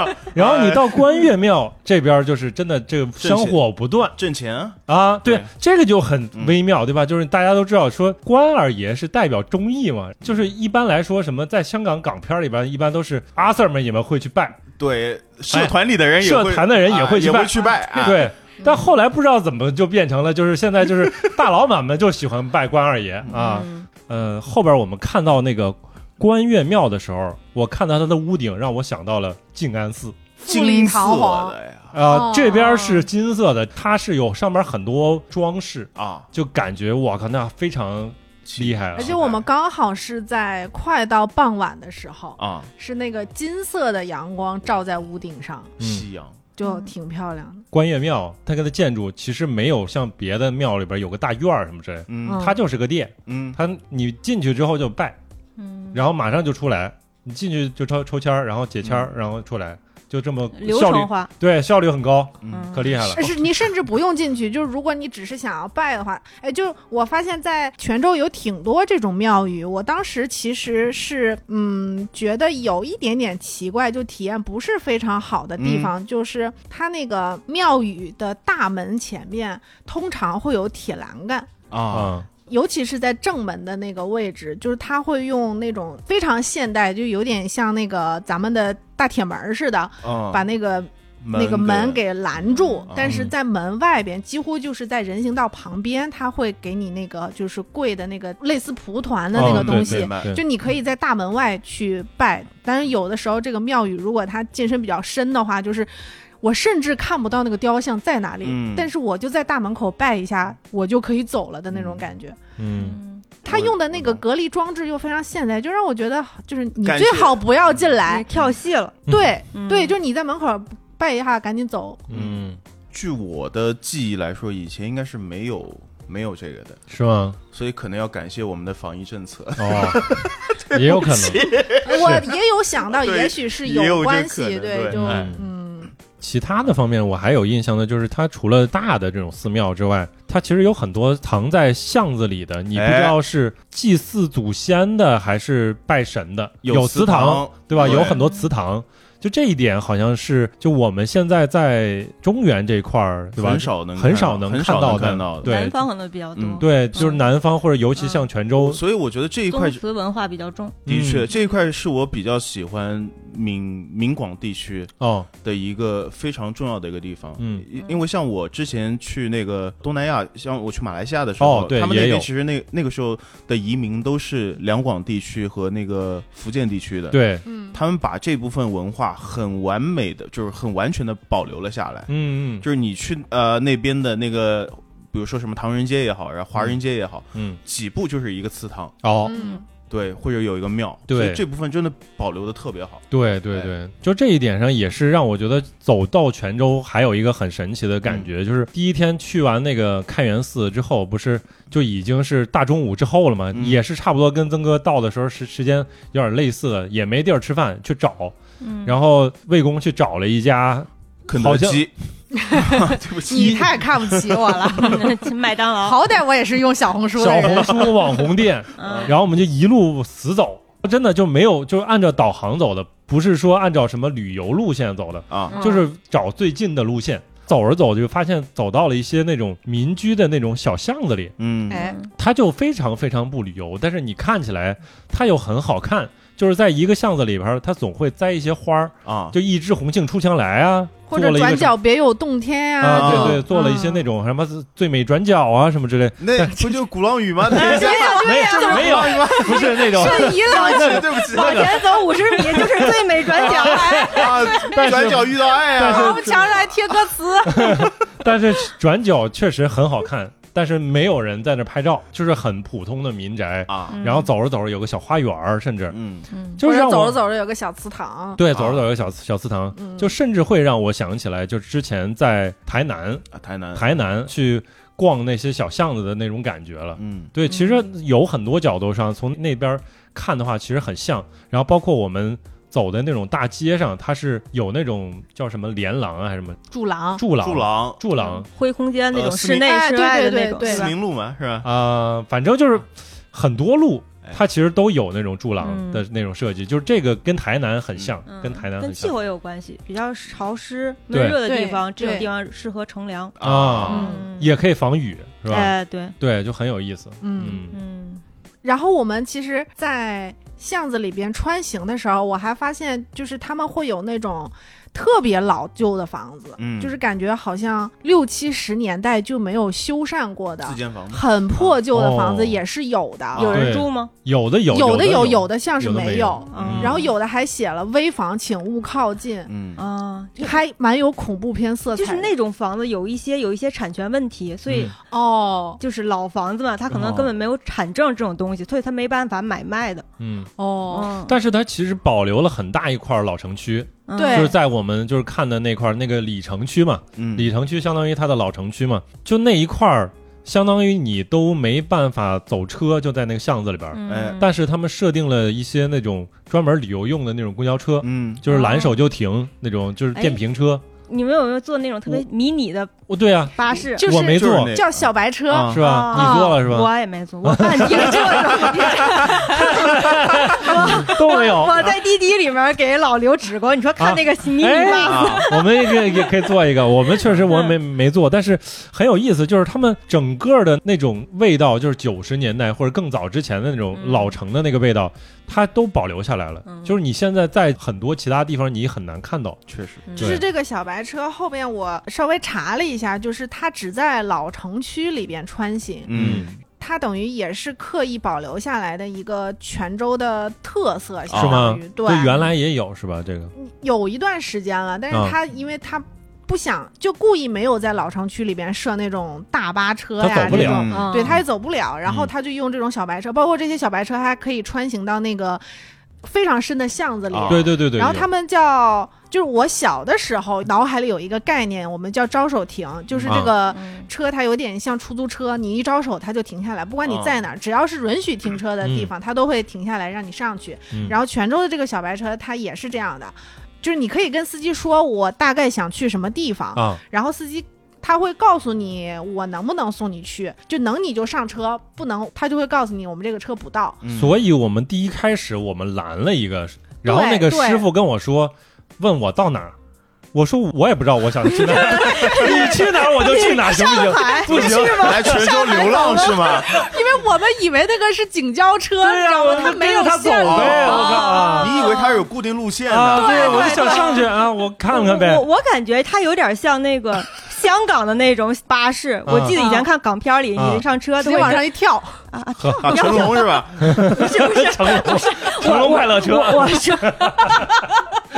A: 啊？ 然后你到关岳庙这边，就是真的这个香火不断
B: 挣钱，
A: 啊。对
B: 对，嗯
A: 这个就很微妙，对吧？就是大家都知道说关二爷是代表忠义嘛，就是一般来说什么在香港港片里边，一般都是阿 Sir 们也们会去拜，
B: 对，社团里的人也会，
A: 哎社团的人也会
B: 啊
A: 去
B: 也
A: 拜
B: 会去拜，啊，
A: 对。但后来不知道怎么就变成了，就是现在 就是大老板们就喜欢拜关二爷啊。
D: 嗯
A: 呃，后边我们看到那个关岳庙的时候，我看到它的屋顶，让我想到了静安寺。
C: 富丽
B: 金色
C: 堂皇，
B: 的呀，
A: 啊，
C: 哦
A: 这边是金色的，它是有上面很多装饰，
B: 啊，
A: 就感觉我靠，那非常厉害啊
C: 而！且我们刚好是在快到傍晚的时候，
B: 啊，
C: 是那个金色的阳光照在屋顶上，
A: 嗯，
B: 夕阳，
C: 就挺漂亮的。
A: 关岳庙它跟它建筑其实没有像别的庙里边有个大院儿什么之类的，
B: 嗯
C: 嗯
A: 它就是个殿，
B: 嗯，
A: 它你进去之后就拜，
D: 嗯，
A: 然后马上就出来，你进去就抽抽签儿，然后解签儿，然后出来，就这么
D: 流
A: 效
D: 程
A: 率
D: 化，
A: 对效率很高，
B: 嗯
A: 可厉害了
C: 但哎是你甚至不用进去，就是如果你只是想要拜的话，哎，就我发现，在泉州有挺多这种庙宇。我当时其实是，嗯，觉得有一点点奇怪，就体验不是非常好的地方，就是它那个庙宇的大门前面通常会有铁栏杆。
B: 啊，
A: 啊！
C: 尤其是在正门的那个位置，就是它会用那种非常现代，就有点像那个咱们的大铁门似的，
A: 嗯
B: 啊
C: 把那个那个门给拦住
B: 嗯，
C: 但是在门外边，几乎就是在人行道旁边，它会给你那个就是跪的那个类似蒲团的那个
A: 哦
C: 东
B: 对
C: 西
B: 明，白
A: 对
C: 就你可以在大门外去拜。但是有的时候这个庙宇如果它进深比较深的话，就是。我甚至看不到那个雕像在哪里，
B: 嗯
C: 但是我就在大门口拜一下，我就可以走了的那种感觉。
A: 嗯，
C: 他用的那个隔离装置又非常现代，就让我觉得就是你
B: 感
C: 最
B: 谢嗯
C: 好不要进来
D: 你，跳戏了，
A: 嗯
C: 对、
D: 嗯
C: 对，就是你在门口拜一下，赶 紧走。
A: 嗯，
B: 据我的记忆来说，以前应该是没有没有这个的，
A: 是吗？
B: 所以可能要感谢我们的防疫政策。
A: 哦，也有可能。
C: 我也有想 到，
B: 对
C: 也许是
B: 也有这
C: 关
B: 可
C: 系，
B: 能对
C: 就
A: 哎
C: 嗯
A: 其他的方面，我还有印象的就是，它除了大的这种寺庙之外，它其实有很多藏在巷子里的，你不知道是祭祀祖先的还是拜神的，有祠
B: 祠
A: 堂，对吧？
B: 对
A: 有很多祠堂，就这一点好像是就我们现在在中原这块儿，对吧？
B: 很少能
A: 很少能
B: 很
A: 看
B: 少
A: 到
B: 能
A: 的
B: 看到的。
A: 对
D: 南方可能比较多，
B: 嗯
A: 对，就是南方或者尤其像泉州，
B: 所以我觉得这一块
D: 宗祠文化比较重，
A: 嗯
B: 的确，这一块是我比较喜欢闽闽广地区
A: 哦，
B: 的一个非常重要的一个地方。
A: 嗯
B: 因，因为像我之前去那个东南亚，像我去马来西亚的时候，
A: 哦对
B: 他们
A: 也
B: 那
A: 有
B: 边其实那那个时候的移民都是两广地区和那个福建地区的。
A: 对，
C: 嗯，
B: 他们把这部分文化很完美的，就是很完全的保留了下来。
A: 嗯嗯
B: 就是你去呃那边的那个，比如说什么唐人街也好，然后华人街也好，
A: 嗯，
B: 几步就是一个祠堂，
A: 哦，
C: 嗯
B: 对，或者有一个庙，
A: 对
B: 所以这部分真的保留的特别好。
A: 对对
B: 哎
A: 对，就这一点上也是让我觉得走到泉州还有一个很神奇的感
B: 嗯
A: 觉，就是第一天去完那个看元寺之后，不是就已经是大中午之后了嘛，
B: 嗯
A: 也是差不多跟曾哥到的时候时时间有点类似的，也没地儿吃饭去找，
D: 嗯，
A: 然后魏公去找了一家，
B: 肯
A: 好
B: 德
A: 像
B: 基，对不起，
C: 你太看不起我 了，
D: 去麦当劳，
C: 好歹我也是用小红书的
A: 小
C: 人。
A: 红书网红店，
D: 嗯，
A: 然后我们就一路死走，真的就没有就是按照导航走的，不是说按照什么旅游路线走的，
B: 啊，
D: 嗯
A: 就是找最近的路线。走着走就发现走到了一些那种民居的那种小巷子里，
B: 嗯，
C: 哎，
A: 它就非常非常不旅游，但是你看起来它又很好看，就是在一个巷子里边儿，它总会栽一些花儿，
B: 啊，
A: 就一枝红杏出墙来啊，
C: 或者
A: 做了一个
C: 转
A: 什
C: 角嗯别有洞天呀、
A: 啊，
C: 这种
A: 对对，做了一些那种什么最美转角啊什么之类，
B: 那不就鼓浪屿吗？那
C: 对呀、对哎呀、
A: 没没有， 不是那种，
C: 瞬移了，
B: 对对不起，
D: 往前走五十米就是最美转角，
B: 啊，
A: 但是
B: 转角遇到 爱
A: 但
B: 啊，
C: 然
A: 是
C: 后墙上还贴歌词，
A: 但是转角确实很好看，但是没有人在那拍照，就是很普通的民宅。
B: 啊，
A: 然后走着走着有个小花园儿，甚至
B: 嗯，
D: 嗯，
A: 就是让
C: 或者
A: 我
C: 走着走着有个小祠堂，
A: 对
B: 啊
A: 走着走着有小小祠堂，
C: 嗯
A: 就甚至会让我想起来，就之前在台南
B: 啊台南，
A: 台南去逛那些小巷子的那种感觉了。
B: 嗯，
A: 对，其实有很多角度上从那边看的话，其实很像。然后包括我们走的那种大街上，它是有那种叫什么连廊啊，还是什么
C: 柱廊，
A: 柱廊、
B: 柱廊，
A: 柱廊
D: 灰空间那种
B: 呃
D: 室内
C: 哎
D: 室外的那种，
C: 对
B: 四明路嘛，是吧？
A: 啊、反正就是很多路
B: 哎，
A: 它其实都有那种柱廊
D: 嗯
A: 的那种设计，就是这个跟台南很像，
D: 嗯
A: 跟台南
D: 跟
A: 很
D: 气
A: 像
D: 候也有关系，比较潮湿
A: 对
D: 闷热的地
C: 对
D: 方，这种
C: 对
D: 地方适合乘凉，
A: 啊，
D: 嗯，
A: 也可以防雨，是吧？
D: 哎，对，
A: 对，就很有意思。
C: 嗯。
A: 嗯
D: 嗯
C: 然后我们其实，在巷子里边穿行的时候，我还发现，就是他们会有那种特别老旧的房子，
B: 嗯
C: 就是感觉好像六七十年代就没有修�缮过的
B: 四，间房嘛，
C: 很破旧的房
A: 哦
C: 子也是有的，
D: 有人
A: 对
D: 住吗？
A: 有的有，
C: 有
A: 的
C: 有，
A: 有
C: 有，的像是
A: 有的没
C: 没
A: 有
D: 嗯
C: 然后有的还写了“危房，请勿靠近
B: 嗯”，
D: 啊，”，
C: 还蛮有恐怖片色彩
D: 就
C: 的。
D: 是那种房子有一些有一些产权问题，所以
A: 嗯哦
C: 哦
D: 就是老房子嘛，它可能根本没有产证这种东西，所以它没办法买卖的。
A: 嗯，
C: 哦，
D: 嗯，
A: 但是它其实保留了很大一块老城区，
D: 嗯
C: 对
A: 就是在我们就是看的那块那个里城区嘛，
B: 嗯，
A: 里城区相当于它的老城区嘛，就那一块儿，相当于你都没办法走车，就在那个巷子里边儿。
C: 嗯
B: 哎
A: 但是他们设定了一些那种专门旅游用的那种公交车，
B: 嗯，
C: 哦
A: 就是拦手就停那种，就是电瓶车。
C: 哎
D: 你们有没有坐那种特别迷你的
A: 哦，对啊，
D: 巴士？
C: 就是哦
A: 我没
B: 就是
A: 坐
B: 那，个
C: 叫小白车，
B: 啊
A: 是吧？你坐了是吧？
D: 我也没坐，我半天坐 着。
A: 都没有。
D: 我在滴滴里面给老刘指过，你说看那个迷你
A: 哎
D: 巴士，
B: 啊，
A: 我们也可以也可以做一个，我们确实 我
D: 嗯
A: 没没做，但是很有意思，就是他们整个的那种味道，就是九十年代或者更早之前的那种
D: 嗯
A: 老城的那个味道，它都保留下来了。
D: 嗯
A: 就是你现在在很多其他地方你很难看到。
B: 确实，
D: 嗯
C: 就是这个小白车后边，我稍微查了一下，就是它只在老城区里边穿行，
B: 嗯，
C: 它等于也是刻意保留下来的一个泉州的特色，
A: 是吗
C: 相当于？
A: 就
C: 对，啊哦
A: 原来也有是吧？这个
C: 有一段时间了，但是
A: 啊
C: 它因为它不想就故意没有在老城区里边设那种大巴车呀，
A: 他走不
C: 这
A: 了
C: 种
B: 嗯
D: 嗯
C: 对，他也走不了，然后
A: 嗯
C: 他就用这种小白车，包括这些小白车，它还可以穿行到那个非常深的巷子里。
B: 啊
A: 对对对对，
C: 然后
A: 有
C: 他们叫，就是我小的时候脑海里有一个概念，我们叫招手停，就是这
A: 啊
C: 个
D: 嗯
C: 车它有点像出租车，你一招手它就停下来，不管你
B: 啊
C: 在哪儿，只要是允许停车的地方，它都会停下来让你上去。
A: 嗯
C: 然后泉州的这个小白车它也是这样的，就是你可以跟司机说我大概想去什么地方，
A: 啊，
C: 然后司机他会告诉你我能不能送你去，就能你就上车，不能他就会告诉你我们这个车不到。
B: 嗯
A: 所以我们第一开始我们拦了一个，然后那个
C: 对对
A: 师傅跟我说，问我到哪儿，我说我也不知道我想去哪 儿，你去哪儿我就去哪儿，行不行？不行，
B: 来泉州流浪是吗？
C: 因为我们以为那个是警交车，
A: 对呀、我
C: 他
A: 就
C: 没
A: 跟着
C: 有
A: 他走
C: 限制
A: 呗，我靠啊
B: 你以为它有固定路线
A: 啊！
B: 呢？
A: 对，
D: 对
A: 我就
D: 对
A: 想
D: 对
A: 上去啊，我看看呗
D: 我。我我感觉它有点像那 个香港的那种巴士。
A: 嗯
D: 我记得以前看港片里，
A: 啊
D: 你上车
C: 直
D: 都
C: 接
D: 会
C: 往上一跳，
D: 啊啊，
B: 啊，成龙是吧？
D: 不是不是
A: 成龙，成龙快乐车，
D: 我我 说，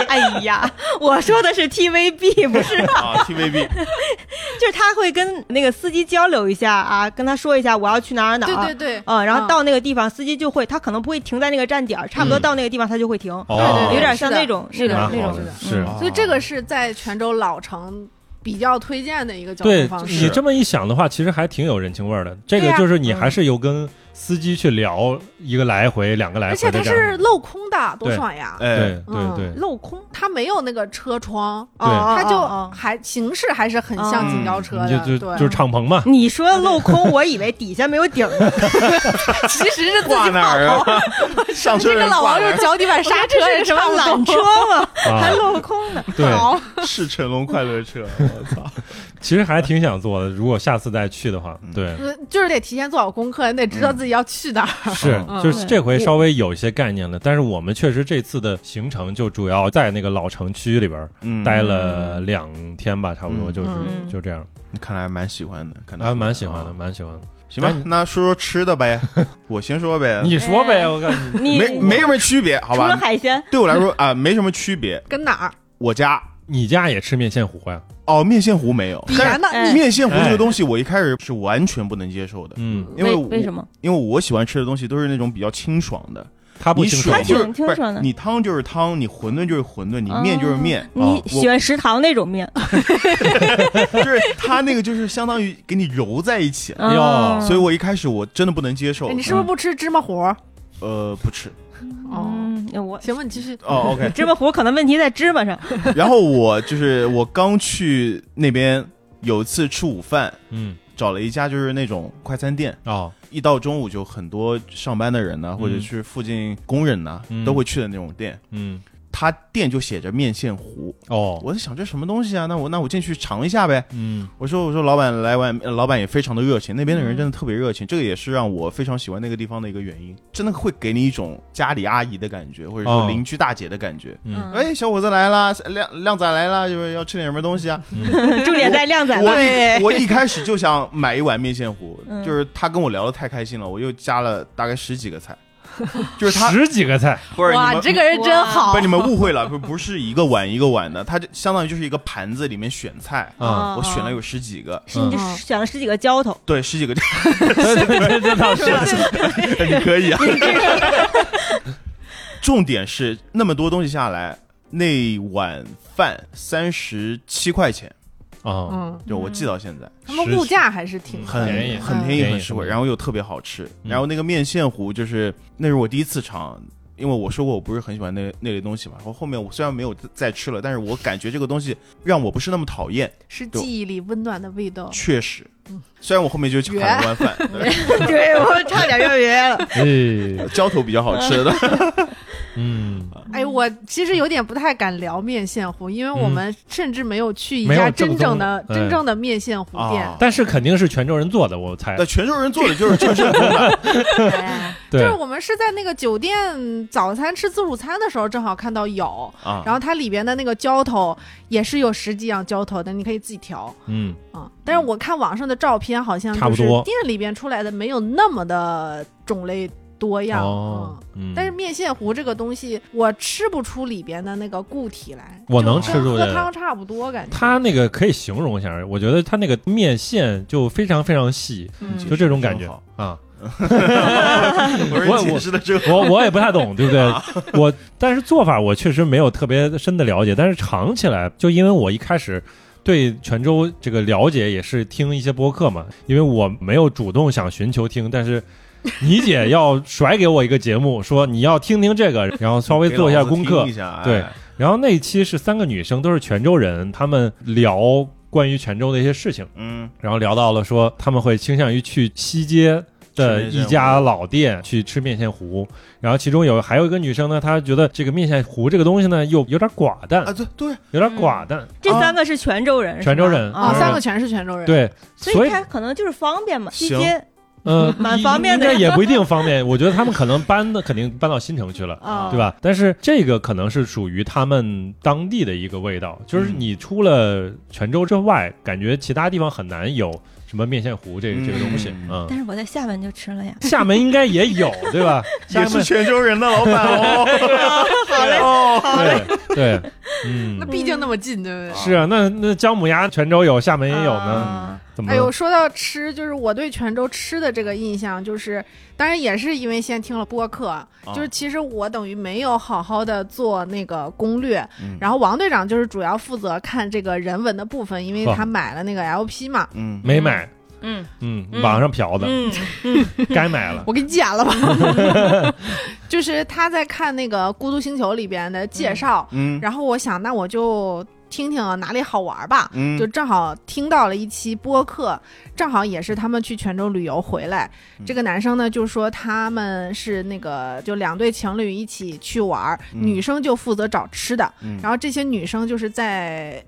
D: 哎呀，我说的是 TVB，不是，
B: 啊，TVB
D: 就是他会跟那个司机交流一下啊，跟他说一下我要去哪儿哪儿。
C: 对，
D: 嗯，然后
C: 嗯
D: 到那个地方，司机就会，他可能不会停在那个站点儿，差不多
A: 嗯
D: 到那个地方他就会停，
A: 哦
C: 对对对
D: 有点像
C: 是的
D: 那种
C: 是
D: 那
C: 的
D: 种
A: 蛮
D: 那
A: 好
D: 种
A: 的，
C: 嗯
A: 是。
C: 所以这个是在泉州老城比较推荐的一个交
A: 对
C: 通方
A: 你
C: 式。
A: 这么一想的话，其实还挺有人情味儿的。这个
C: 对呀
A: 就是你
D: 嗯
A: 还是有跟司机去聊一个来回、两个来
C: 而
A: 回
C: 且
A: 的
C: 它
A: 这样
C: 是。嗯镂空的，多
A: 对
C: 爽呀！
B: 哎，
A: 对对对，
D: 镂空，
C: 它没有那个车窗，
A: 对嗯
D: 哦
C: 它就
D: 哦哦
C: 还形式还是很像警交车
A: 你
C: 的，
A: 就就
C: 对，
A: 就是敞篷嘛，
D: 你说镂空，我以为底下没有顶儿，
C: 其实是自己
B: 挂哪儿
C: 跑
B: 啊？ 上车
C: 这个
B: 人
C: 老
B: 挂
C: 王
B: 哪
C: 就是
B: 儿？
C: 脚底板刹车，
D: 这是什么缆车吗？还
A: 啊，
D: 镂空 呢？
A: 对，
D: 好
B: 是成龙快乐车，我操！
A: 其实还挺想做的。如果下次再去的话，
B: 嗯
A: 对，
C: 嗯就是得提前做好功课，你得知道
A: 嗯
C: 自己要去哪儿。
A: 是
B: 嗯
A: 就是这回稍微有一些概念了。但是我们确实这次的行程就主要在那个老城区里边儿
B: 嗯，
A: 待了两天吧，差不多
B: 嗯
A: 就是
D: 嗯
A: 就这样，
B: 看来还蛮喜欢的，看来
A: 还蛮喜欢的，。
B: 嗯
A: 蛮喜欢的。
B: 行吧
A: 哎，
B: 那说说吃 的呗，我先说呗，
A: 你说呗，我告
B: 哎
A: 诉你，
D: 你
B: 没没什么区别，好
D: 除了
B: 吧？
D: 海鲜，
B: 对我来说啊，没什么区别。
C: 跟哪儿？
A: 嗯
B: 我家
A: 你家也吃面线糊呀？
B: 哦，面线糊没有，
C: 必
B: 但
C: 然的，
D: 哎
B: 是面线糊这
A: 哎
B: 个东西，我一开始是完全不能接受的，
A: 嗯，
B: 因为
D: 为
B: 我啊
D: 为什么？
B: 因为我喜欢吃的东西都是那种比较清爽的，
A: 他不
B: 你
A: 清楚
B: 水
D: 他
B: 就是
D: 挺清
B: 不是
D: 爽的
B: 你汤就是汤，你馄饨就是馄饨，你面就是面，
D: 你
A: 哦
D: 喜欢食堂那种面？
B: 就是它那个就是相当于给你揉在一起了。
A: 哎呦
D: 嗯
B: 所以我一开始我真的不能接受
C: 哎，你是不是不吃芝麻糊？
B: 呃不吃
C: 哦，
D: 嗯，我
C: 行吧，你继续。
B: 哦 OK，
D: 芝麻糊可能问题在芝麻上。
B: 然后我就是我刚去那边有一次吃午饭，
A: 嗯，
B: 找了一家就是那种快餐店，
A: 哦，
B: 一到中午就很多上班的人呢，或者
A: 嗯
B: 是附近工人呢、
A: 嗯
B: 都会去的那种店。
A: 嗯，
B: 他店就写着面线糊，
A: 哦，
B: 我在想这什么东西啊？那我那我进去尝一下呗。
A: 嗯，
B: 我说我说老板来碗，呃老板也非常的热情，那边的人真的特别热情，这个也是让我非常喜欢那个地方的一个原因，真的会给你一种家里阿姨的感觉，或者
A: 哦
B: 说邻居大姐的感觉。
A: 嗯
B: 哎，小伙子来啦，亮亮仔来啦，就是要吃点什么东西啊？
D: 重点在靓仔
B: 我
D: 对
B: 一我一开始就想买一碗面线糊，
D: 嗯
B: 就是他跟我聊的太开心了，我又加了大概十几个菜，就是他
A: 十几个菜，
B: 不是你
C: 哇，
B: 们
C: 这个人真好
B: 不是。你们误会了，不不是一个碗一个碗的，它就相当于就是一个盘子里面选菜，
A: 啊
B: 我选了有十几个，
D: 是你这
C: 嗯
D: 选了十几个浇头，
B: 对， 十几个，
A: 对对对，这倒 是，
B: 你可以啊。重点是那么多东西下来，那碗饭三十七块钱，
A: 啊，
C: 嗯，
B: 就我记到现在，
C: 他们物价还是挺
B: 很
A: 便宜
B: 很
A: 嗯
B: 便宜，
A: 便宜
B: 很实
A: 嗯
B: 惠，然后又特别好吃。
A: 嗯
B: 然后那个面线糊就是那是我第一次尝。因为我说过我不是很喜欢那那类东西嘛，然后后面我虽然没有再吃了，但是我感觉这个东西让我不是那么讨厌，
C: 是记忆里温暖的味道。
B: 确实，虽然我后面就去砍了碗饭，对
D: 对我差点要约 了。
A: 哎，
B: 浇呃头比较好吃的，
A: 嗯，
C: 哎，我其实有点不太敢聊面线糊，因为我们甚至没有去一
A: 嗯没
C: 家
A: 有正
C: 真正
A: 宗
C: 的
A: 的哎
C: 真正的面线糊店。
B: 啊，
A: 但是肯定是泉州人做的，我猜
B: 那，泉州人做的就是就是
C: 就
D: 哎
A: 对
C: 是，我们是在那个酒店早餐吃自助餐的时候，正好看到有，
B: 啊，
C: 然后它里边的那个浇头也是有十几样浇头的，你可以自己调
A: 嗯，
C: 啊。但是我看网上的照片，好像
A: 差不
C: 就是
A: 多
C: 店里边出来的没有那么的种类多样。
A: 哦嗯，
C: 嗯，但是面线糊这个东西，我吃不出里边的那个固体来，
A: 我能
C: 就
A: 吃出来
C: 跟喝汤差不多感觉。
A: 它那个可以形容一下，我觉得它那个面线就非常非常细，
C: 嗯
A: 就这种感觉
B: 真好
A: 啊。
B: 我
A: 我
B: 是解释的这个，
A: 我我也不太懂， 对不
B: 啊
A: 对？我但是做法我确实没有特别深的了解，但是尝起来，就因为我一开始。对泉州这个了解也是听一些播客嘛，因为我没有主动想寻求听，但是你姐要甩给我一个节目，说你要听听这个，然后稍微做一下功课
B: 给老子听一，下，哎
A: 对然后那一期是三个女生，都是泉州人，她们聊关于泉州的一些事情，
B: 嗯，
A: 然后聊到了说他们会倾向于去西街的一家老店去吃面线糊，然后其中有还有一个女生呢，她觉得这个面线糊这个东西呢又有点寡
B: 啊，嗯
A: 淡，
B: 对对，
A: 有点寡淡，
D: 这三个是泉州人，是吧
A: 泉州人
C: 啊，
D: 啊，
A: 嗯
C: 三个全是泉州人。，
A: 对，所
D: 所以
A: 以
D: 他可能就是方便嘛，西
B: 行
D: 街
A: 嗯，
D: 蛮方便的
A: 应该也不一定方便， 我觉得他们可能搬的肯定搬到新城去了。
D: 啊，
A: 对？吧？但是这个可能是属于他们当地的一个味道，就是你出了泉州之外，感觉其他地方很难有什么面线糊这个这个东西。
B: 嗯
A: 嗯，
D: 啊但是我在厦门就吃了呀。
A: 厦门应该也有，对 吧？厦
B: 也
A: 门
B: 是泉州人的老 板哦，
D: 好嘞，
B: 哦，
D: 好嘞，
A: 对对，嗯
C: 那，毕竟那么近，对不对？
A: 是啊，那那姜母鸭泉州有，厦门也有呢，
B: 嗯
D: 啊
A: 怎么
C: 哎？呦，说到吃，就是我对泉州吃的这个印象，就是当然也是因为先听了播
A: 啊
C: 客，就是其实我等于没有好好的做那个攻略，
B: 嗯
C: 然后王队长就是主要负责看这个人文的部分，因为
A: 哦
C: 他买了那个 LP 嘛。
B: 嗯，
A: 没买，
D: 嗯
A: 嗯，
D: 嗯
A: 网上嫖的，
D: 嗯，
A: 该买了。
C: 我给你剪了吧， 就是他在看那个《孤独星球》里边的介绍，
B: 嗯
C: 然后我想，那我就听听哪里好玩吧。
B: 嗯，
C: 就正好听到了一期播客，正好也是他们去泉州旅游回来。
B: 嗯
C: 这个男生呢就说他们是那个就两对情侣一起去玩儿，
B: 嗯
C: 女生就负责找吃的，
B: 嗯
C: 然后这些女生就是在。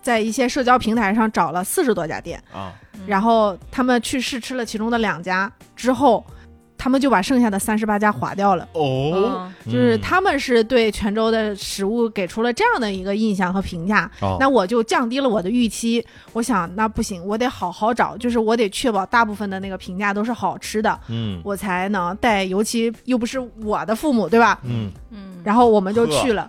C: 在一些社交平台上找了四十多家店，
B: 啊，
C: 然后他们去试吃了其中的两家之后，他们就把剩下的三十八家划掉了。
B: 哦，
D: 嗯
C: 就是
A: 嗯
C: 他们是对泉州的食物给出了这样的一个印象和评价，
A: 哦
C: 那我就降低了我的预期。我想，那不行，我得好好找，就是我得确保大部分的那个评价都是好吃的，
A: 嗯
C: 我才能带，尤其又不是我的父母，对吧？
A: 嗯
D: 嗯，
C: 然后我们就 去了，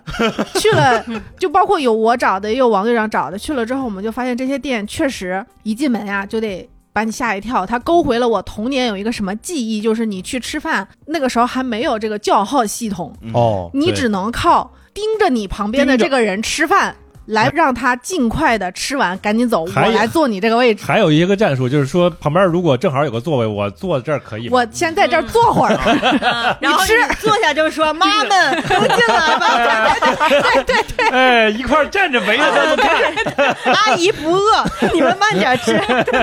C: 去了，就包括有我找的，也有王队长找的。去了之后，我们就发现这些店确实一进门呀、就得把你吓一跳。它勾回了我童年有一个什么记忆，就是你去吃饭那个时候还没有这个叫号系统，
B: 嗯，
A: 哦，
C: 你
A: 对
C: 只能靠盯着你旁边的这个人吃饭，来让他尽快的吃完，赶紧走，我
A: 还有
C: 来坐你这个位置。
A: 还有一个战术，就是说旁边如果正好有个座位，我坐这儿可以吗。
C: 我先在这儿坐 会儿，
D: 然后
C: 你吃
D: 你坐下就说：“妈们，都进来吧，
A: 哎，一块儿站着围着
D: 啊
A: 他们看。
D: 阿姨不饿，你们慢点吃。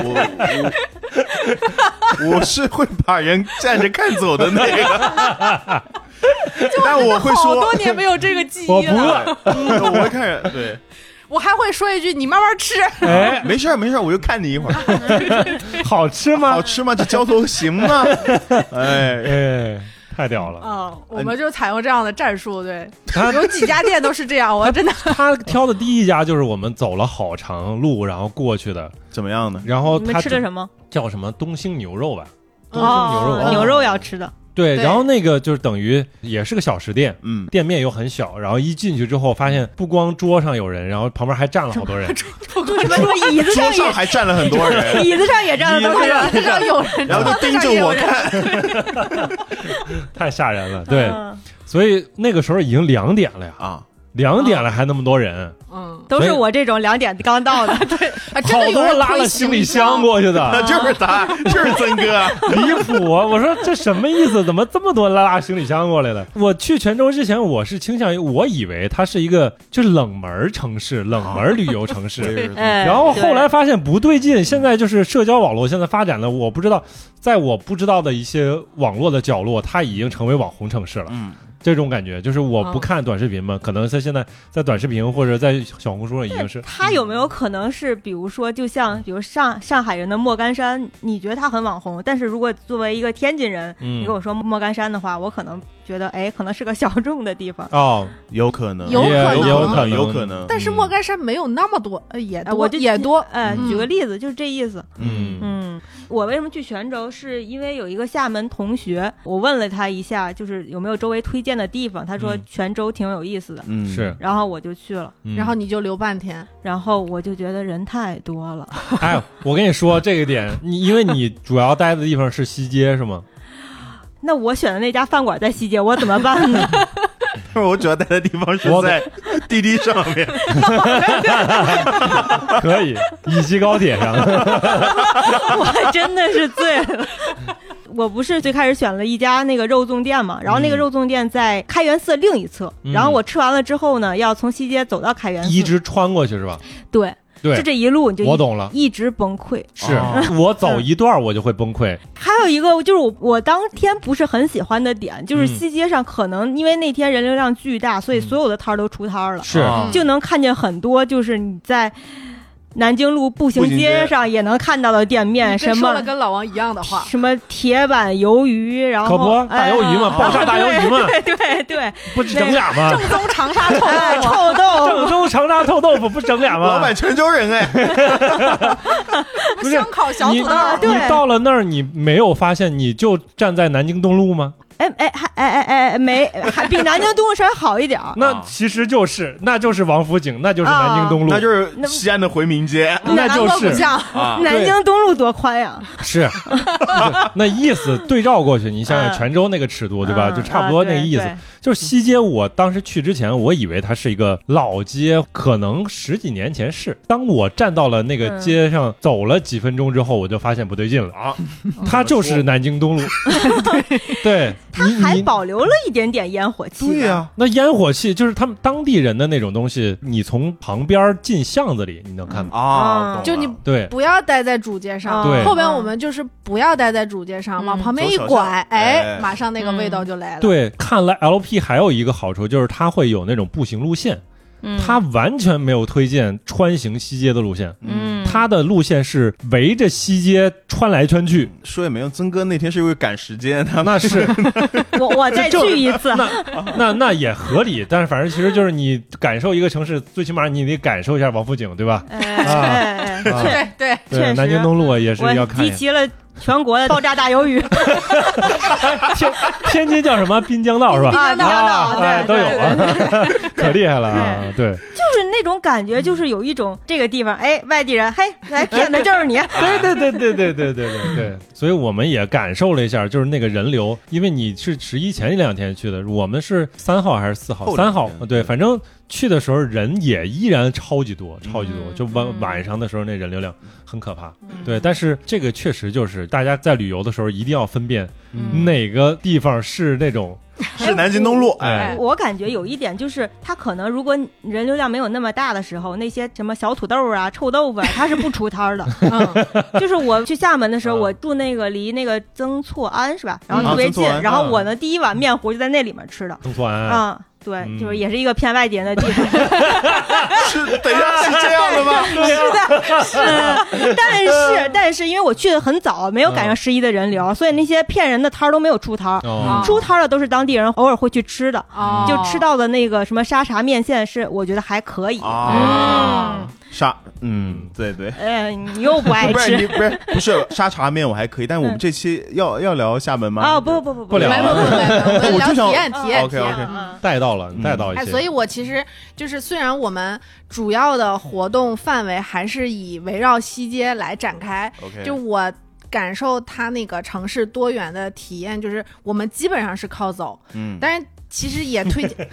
B: 我我我是会把人站着看走的那个，但我会
C: 好
B: 说，哎
C: 多年没有这个记
A: 我
C: 忆
A: 不
C: 了。
A: 饿，
B: 我会看人，对，
C: 我还会说一句：“你慢慢吃。
A: 哎，
B: 没事儿没事儿，我就看你一会儿，
A: 好吃吗
B: 好？吃吗？这浇头行吗？哎，
A: 哎，太屌”
D: 啊
A: 了！
C: 嗯，我们就采用这样的战术，对，
A: 他
C: 有几家店都是这样，我 真的
A: 他挑的第一家就是我们走了好长路，然后过去的，
B: 怎么样呢？
A: 然后”
D: 你
A: 哦他
D: 们吃的什么？
A: 叫什么东兴牛肉吧？东兴牛肉
D: 哦
A: 哦，
D: 牛肉要吃的。
A: 对，
C: 对
A: 然后那个就是等于也是个小食店，
B: 嗯，
A: 店面又很小，然后一进去之后发现不光桌上有人，然后旁边还站了好多人，
D: 什么什么椅
B: 桌
D: 子上
B: 上
D: 也
B: 还站了很多人，
D: 椅子上也站了都是人。
C: 知道有人，
B: 然后就盯着我看，
A: 太吓人了。对，
D: 嗯
A: 所以那个时候已经两点了呀，
B: 啊，
A: 两点了还那么多人，
C: 嗯，
D: 都是我这种两点刚到的，
C: 啊，真
A: 好
C: 的有
A: 多
C: 人
A: 人拉
C: 推
A: 了
C: 行
A: 行李箱过去 的，
B: 就是他，就是曾哥，
A: 离谱啊！我说这什么意思？怎么这么多拉拉行李箱过来的？我去泉州之前，我是倾向于我以为它是一个就冷门儿城市、冷门儿旅游城市。
D: 哎
A: 然后后来发现不对劲，现在就是社交网络现在发展了，我不知道，在我不知道的一些网络的角落，它已经成为网红城市了。
B: 嗯，
A: 这种感觉就是我不
C: 哦
A: 看短视频嘛，可能在现在在短视频或者在小红书上已经是
D: 他有没有可能是，比如说，就像比如上上海人的莫干山，你觉得他很网红，但是如果作为一个天津人，
A: 嗯
D: 你跟我说莫干山的话，我可能觉得，哎，可能是个小众的地方。
A: 哦，
B: 有可能，
C: 有可
A: 也
C: 能
A: 也有
B: 可
A: 能，
B: 有可能，
A: 嗯
C: 但是莫干山没有那么多，呃，也
D: 哎
C: 多，
D: 我就
C: 也多，
D: 哎，
C: 嗯
D: 举个例子，就是这意思。
A: 嗯
D: 嗯，嗯，我为什么去泉州，是因为有一个厦门同学，我问了他一下，就是有没有周围推荐的地方，他说
A: 嗯
D: 泉州挺有意思的，
B: 嗯，
A: 是，
D: 然后我就去了，
A: 嗯
C: 然后你就留半天，
D: 然后我就觉得人太多了，
A: 哎，我跟你说这个点，你因为你主要待的地方是西街是吗？
D: 那我选的那家饭馆在西街，我怎么办呢？
B: 但是我主要待的地方是
A: 我
B: 在滴滴上面，
A: 可以，以及高铁上。
D: 我真的是醉了。我不是最开始选了一家那个肉粽店嘛，然后那个
A: 嗯
D: 肉粽店在开元寺另一侧，
A: 嗯
D: 然后我吃完了之后呢，要从西街走到开元
A: 一
D: 寺，
A: 直穿过去是吧？
D: 对，就
A: 对，
D: 这一路你就
A: 我
D: 一
A: 懂了。
D: 一直崩溃。
A: 是、
B: 哦
A: 我走一段我就会崩溃，
D: 还有一个就是我我当天不是很喜欢的点，就是
A: 嗯
D: 西街上可能因为那天人流量巨大，所以
A: 嗯
D: 所有的摊儿都出摊儿了，
A: 是、
B: 啊
D: 就能看见很多就是你在。南京路步行
B: 步行
D: 街
B: 街
D: 上也能看到的店面，
C: 你
D: 哎什
C: 跟
D: 么
C: 说了跟老王一样 的话，
D: 什么铁板鱿鱼，然
A: 可
D: 后
A: 不大
D: 哎哦
A: 鱿鱼嘛，爆炸大鱿鱼嘛，
D: 对对对，
A: 不整俩吗？
C: 正宗长沙臭
D: 哎，
C: 豆腐。
D: 臭 豆
A: 郑
D: 腐，
A: 州长沙臭豆腐不整俩吗？
B: 老板泉州人哎，
C: 什
A: 不
C: 么
A: 是
C: 香烤小
A: 你
C: 土豆
D: 啊
C: 儿，
D: 对
A: 你到了那儿，你没有发现你就站在南京东路吗？。
D: 哎哎还哎哎哎没，还比南京东路稍微好一点
B: 啊
D: 儿
A: 那其实就是，那就是王府井，那就是南京东路，
B: 啊那就是西安的回民街
A: 嗯那就
C: 南
A: 是
C: 锣鼓巷
B: 啊，
D: 南京东路多宽呀！
A: 是 那意思对照过去，你想想
D: 嗯
A: 泉州那个尺度，对吧？
D: 嗯
A: 就差不多那个意。
D: 啊对
A: 思。
D: 对
A: 就是西街，我当时去之前，我以为它是一个老街，可能十几年前是。当我站到了那个
D: 嗯
A: 街上走了几分钟之后，我就发现不对劲了，
B: 啊，
D: 嗯
A: 它就是南京 东路。对，你
D: 它还
A: 你
D: 保留了一点点烟火气。
B: 对呀，
A: 那烟火气就是他们当地人的那种东西，你从旁边进巷子里，你能看到。
B: 啊，懂了
C: 就你
D: 嗯
A: 对，
C: 不要待在主街上。
A: 对
C: 后边我们就是不要待在主街上，
D: 嗯
C: 往旁边一
B: 走小巷
C: 拐，
B: 哎
C: 哎，马上那个味道就来了。，
A: 对，看来 LP 还有一个好处就是它会有那种步行路线，
D: 嗯
A: 它完全没有推荐穿行西街的路线，
B: 嗯，
A: 它的路线是围着西街穿来穿去，
C: 嗯
B: 说也没用，曾哥那天是因为赶时间，他
A: 那 是
D: 我我再
A: 就啊
D: 去一次。
A: 那那也合理，但是反正其实就是你感受一个城市，最起码你得感受一下王府井，对吧？
D: 哎哎哎，
A: 啊
D: 确
C: 对对，
A: 对，
D: 确
A: 南京
D: 实
A: 东路也是要
D: 我
A: 看一
D: 集
A: 眼。
D: 齐了全国的爆炸大鱿鱼
A: 天天津叫什么滨江道是吧？
D: 啊，你知道
A: 啊，哎，
D: 对
A: 都有
D: 对对
A: 啊， 可厉害了啊！对，
D: 就是那种感觉，就是有一种这个地方，哎，外地人，嘿，来骗的就是你，
A: 对对对对对对对对对，所以我们也感受了一下，就是那个人流，因为你是十一前两天去的，我们是三号还是四号？
B: 后
A: 三
B: 两天
A: 号，哦对，反正去的时候人也依然超级多，超级多，
D: 嗯
A: 就晚
D: 嗯
A: 晚上的时候那人流量很可怕。对，但是这个确实就是大家在旅游的时候一定要分辨
D: 嗯
A: 哪个地方是那种，
B: 是南京东路，
A: 哎
D: 我感觉有一点就是，它可能如果人流量没有那么大的时候，那些什么小土豆啊、臭豆腐啊，它是不出摊儿的。
C: 嗯，
D: 就是我去厦门的时候，
A: 啊
D: 我住那个离那个曾厝垵是吧？然后
B: 嗯
D: 特别
B: 啊曾
D: 近
B: 厝垵，
D: 然后我呢第一碗面糊就在那里面吃的。
A: 中川啊，
D: 啊，对，
A: 嗯
D: 就是也是一个偏外地人的地方，
B: 是等一下是这样的吗？
D: 嗯但是但是因为我去的很早，没有赶上
A: 嗯
D: 十一的人流，所以那些骗人的摊儿都没有出摊儿，
A: 哦，
D: 出摊儿的都是当地人偶尔会去吃的。
C: 哦，
D: 就吃到的那个什么沙茶面线是，我觉得还可
B: 哦
D: 以。
C: 嗯
B: 啊，沙，嗯，对对。
D: 哎，你又不爱
B: 不是
D: 吃
B: 你不是不是沙茶面我还可以，但我们这期要要聊厦门吗？
D: 啊？不不不不
A: 不聊
C: 没
A: 了
C: 没 没没，我
B: 我
C: 们
B: 就想哦
C: 聊体验体验体
B: OK，OK
C: 验。
D: 嗯
A: 带到了，
B: 嗯
A: 带到一
C: 哎，
A: 些，
C: 所以我其实就是，虽然我们主要的活动范围还是以围绕西街来展开，
B: OK，
C: 就我感受它那个城市多元的体验，就是我们基本上是靠走，
B: 嗯，
C: 但是其实也推 荐，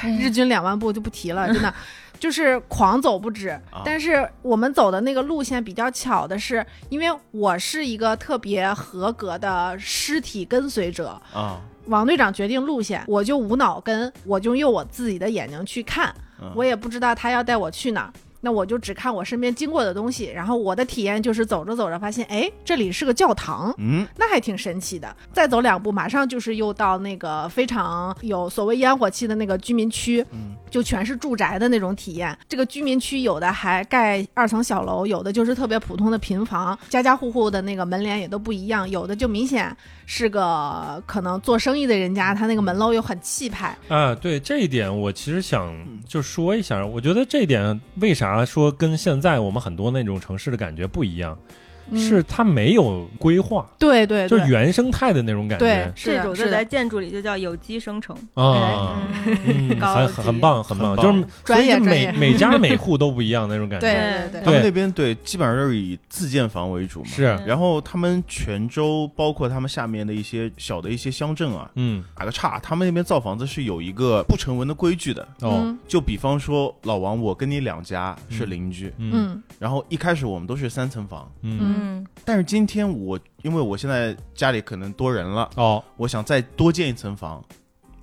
C: 唉日均两万步就不提了， 真的。就是狂走不止，
B: 啊
C: 但是我们走的那个路线比较巧的是，因为我是一个特别合格的尸体跟随者，
B: 啊，
C: 王队长决定路线，我就无脑跟，我就用我自己的眼睛去看，
B: 嗯
C: 我也不知道他要带我去哪儿。那我就只看我身边经过的东西，然后我的体验就是走着走着发现，哎，这里是个教堂，
B: 嗯，
C: 那还挺神奇的。再走两步，马上就是又到那个非常有所谓烟火气的那个居民区，
B: 嗯
C: 就全是住宅的那种体验。这个居民区有的还盖二层小楼，有的就是特别普通的平房，家家户户的那个门帘也都不一样，有的就明显是个可能做生意的人家，他那个门楼又很气派。
A: 啊，对这一点，我其实想
B: 嗯
A: 就说一下，我觉得这一点为啥说跟现在我们很多那种城市的感觉不一样，
C: 嗯
A: 是它没有规划，
C: 对对
A: 就是
C: 对
A: 原生态的那种感
C: 对
A: 觉，
C: 是
D: 这
C: 的
D: 种
C: 是啊
D: 就
C: 的
D: 在建筑里就叫有机生成。哎
A: 啊。
C: 嗯
A: 嗯，
D: 高
A: 很
D: 级
A: 很很棒，很棒，
B: 很棒
A: 就是所
C: 专
A: 以
C: 业
A: 就
C: 专
A: 每
C: 业
A: 每家每户都不一样那种感觉。
C: 对对
A: 对
B: 他
C: 对，
B: 们那边对，基本上都是以自建房为主嘛。
D: 嗯
C: 嗯
A: 是，
B: 然后他们泉州，包括他们下面的一些小的一些乡镇啊，
A: 嗯，
B: 打个岔，他们那边造房子是有一个不成文的规矩的。
A: 哦，
C: 嗯
B: 就比方说，老王，我跟你两家是邻居，
A: 嗯
C: 嗯
B: 然后一开始我们都是三层房，
A: 嗯，
D: 嗯，
B: 但是今天我因为我现在家里可能多人了，
A: 哦，
B: 我想再多建一层房，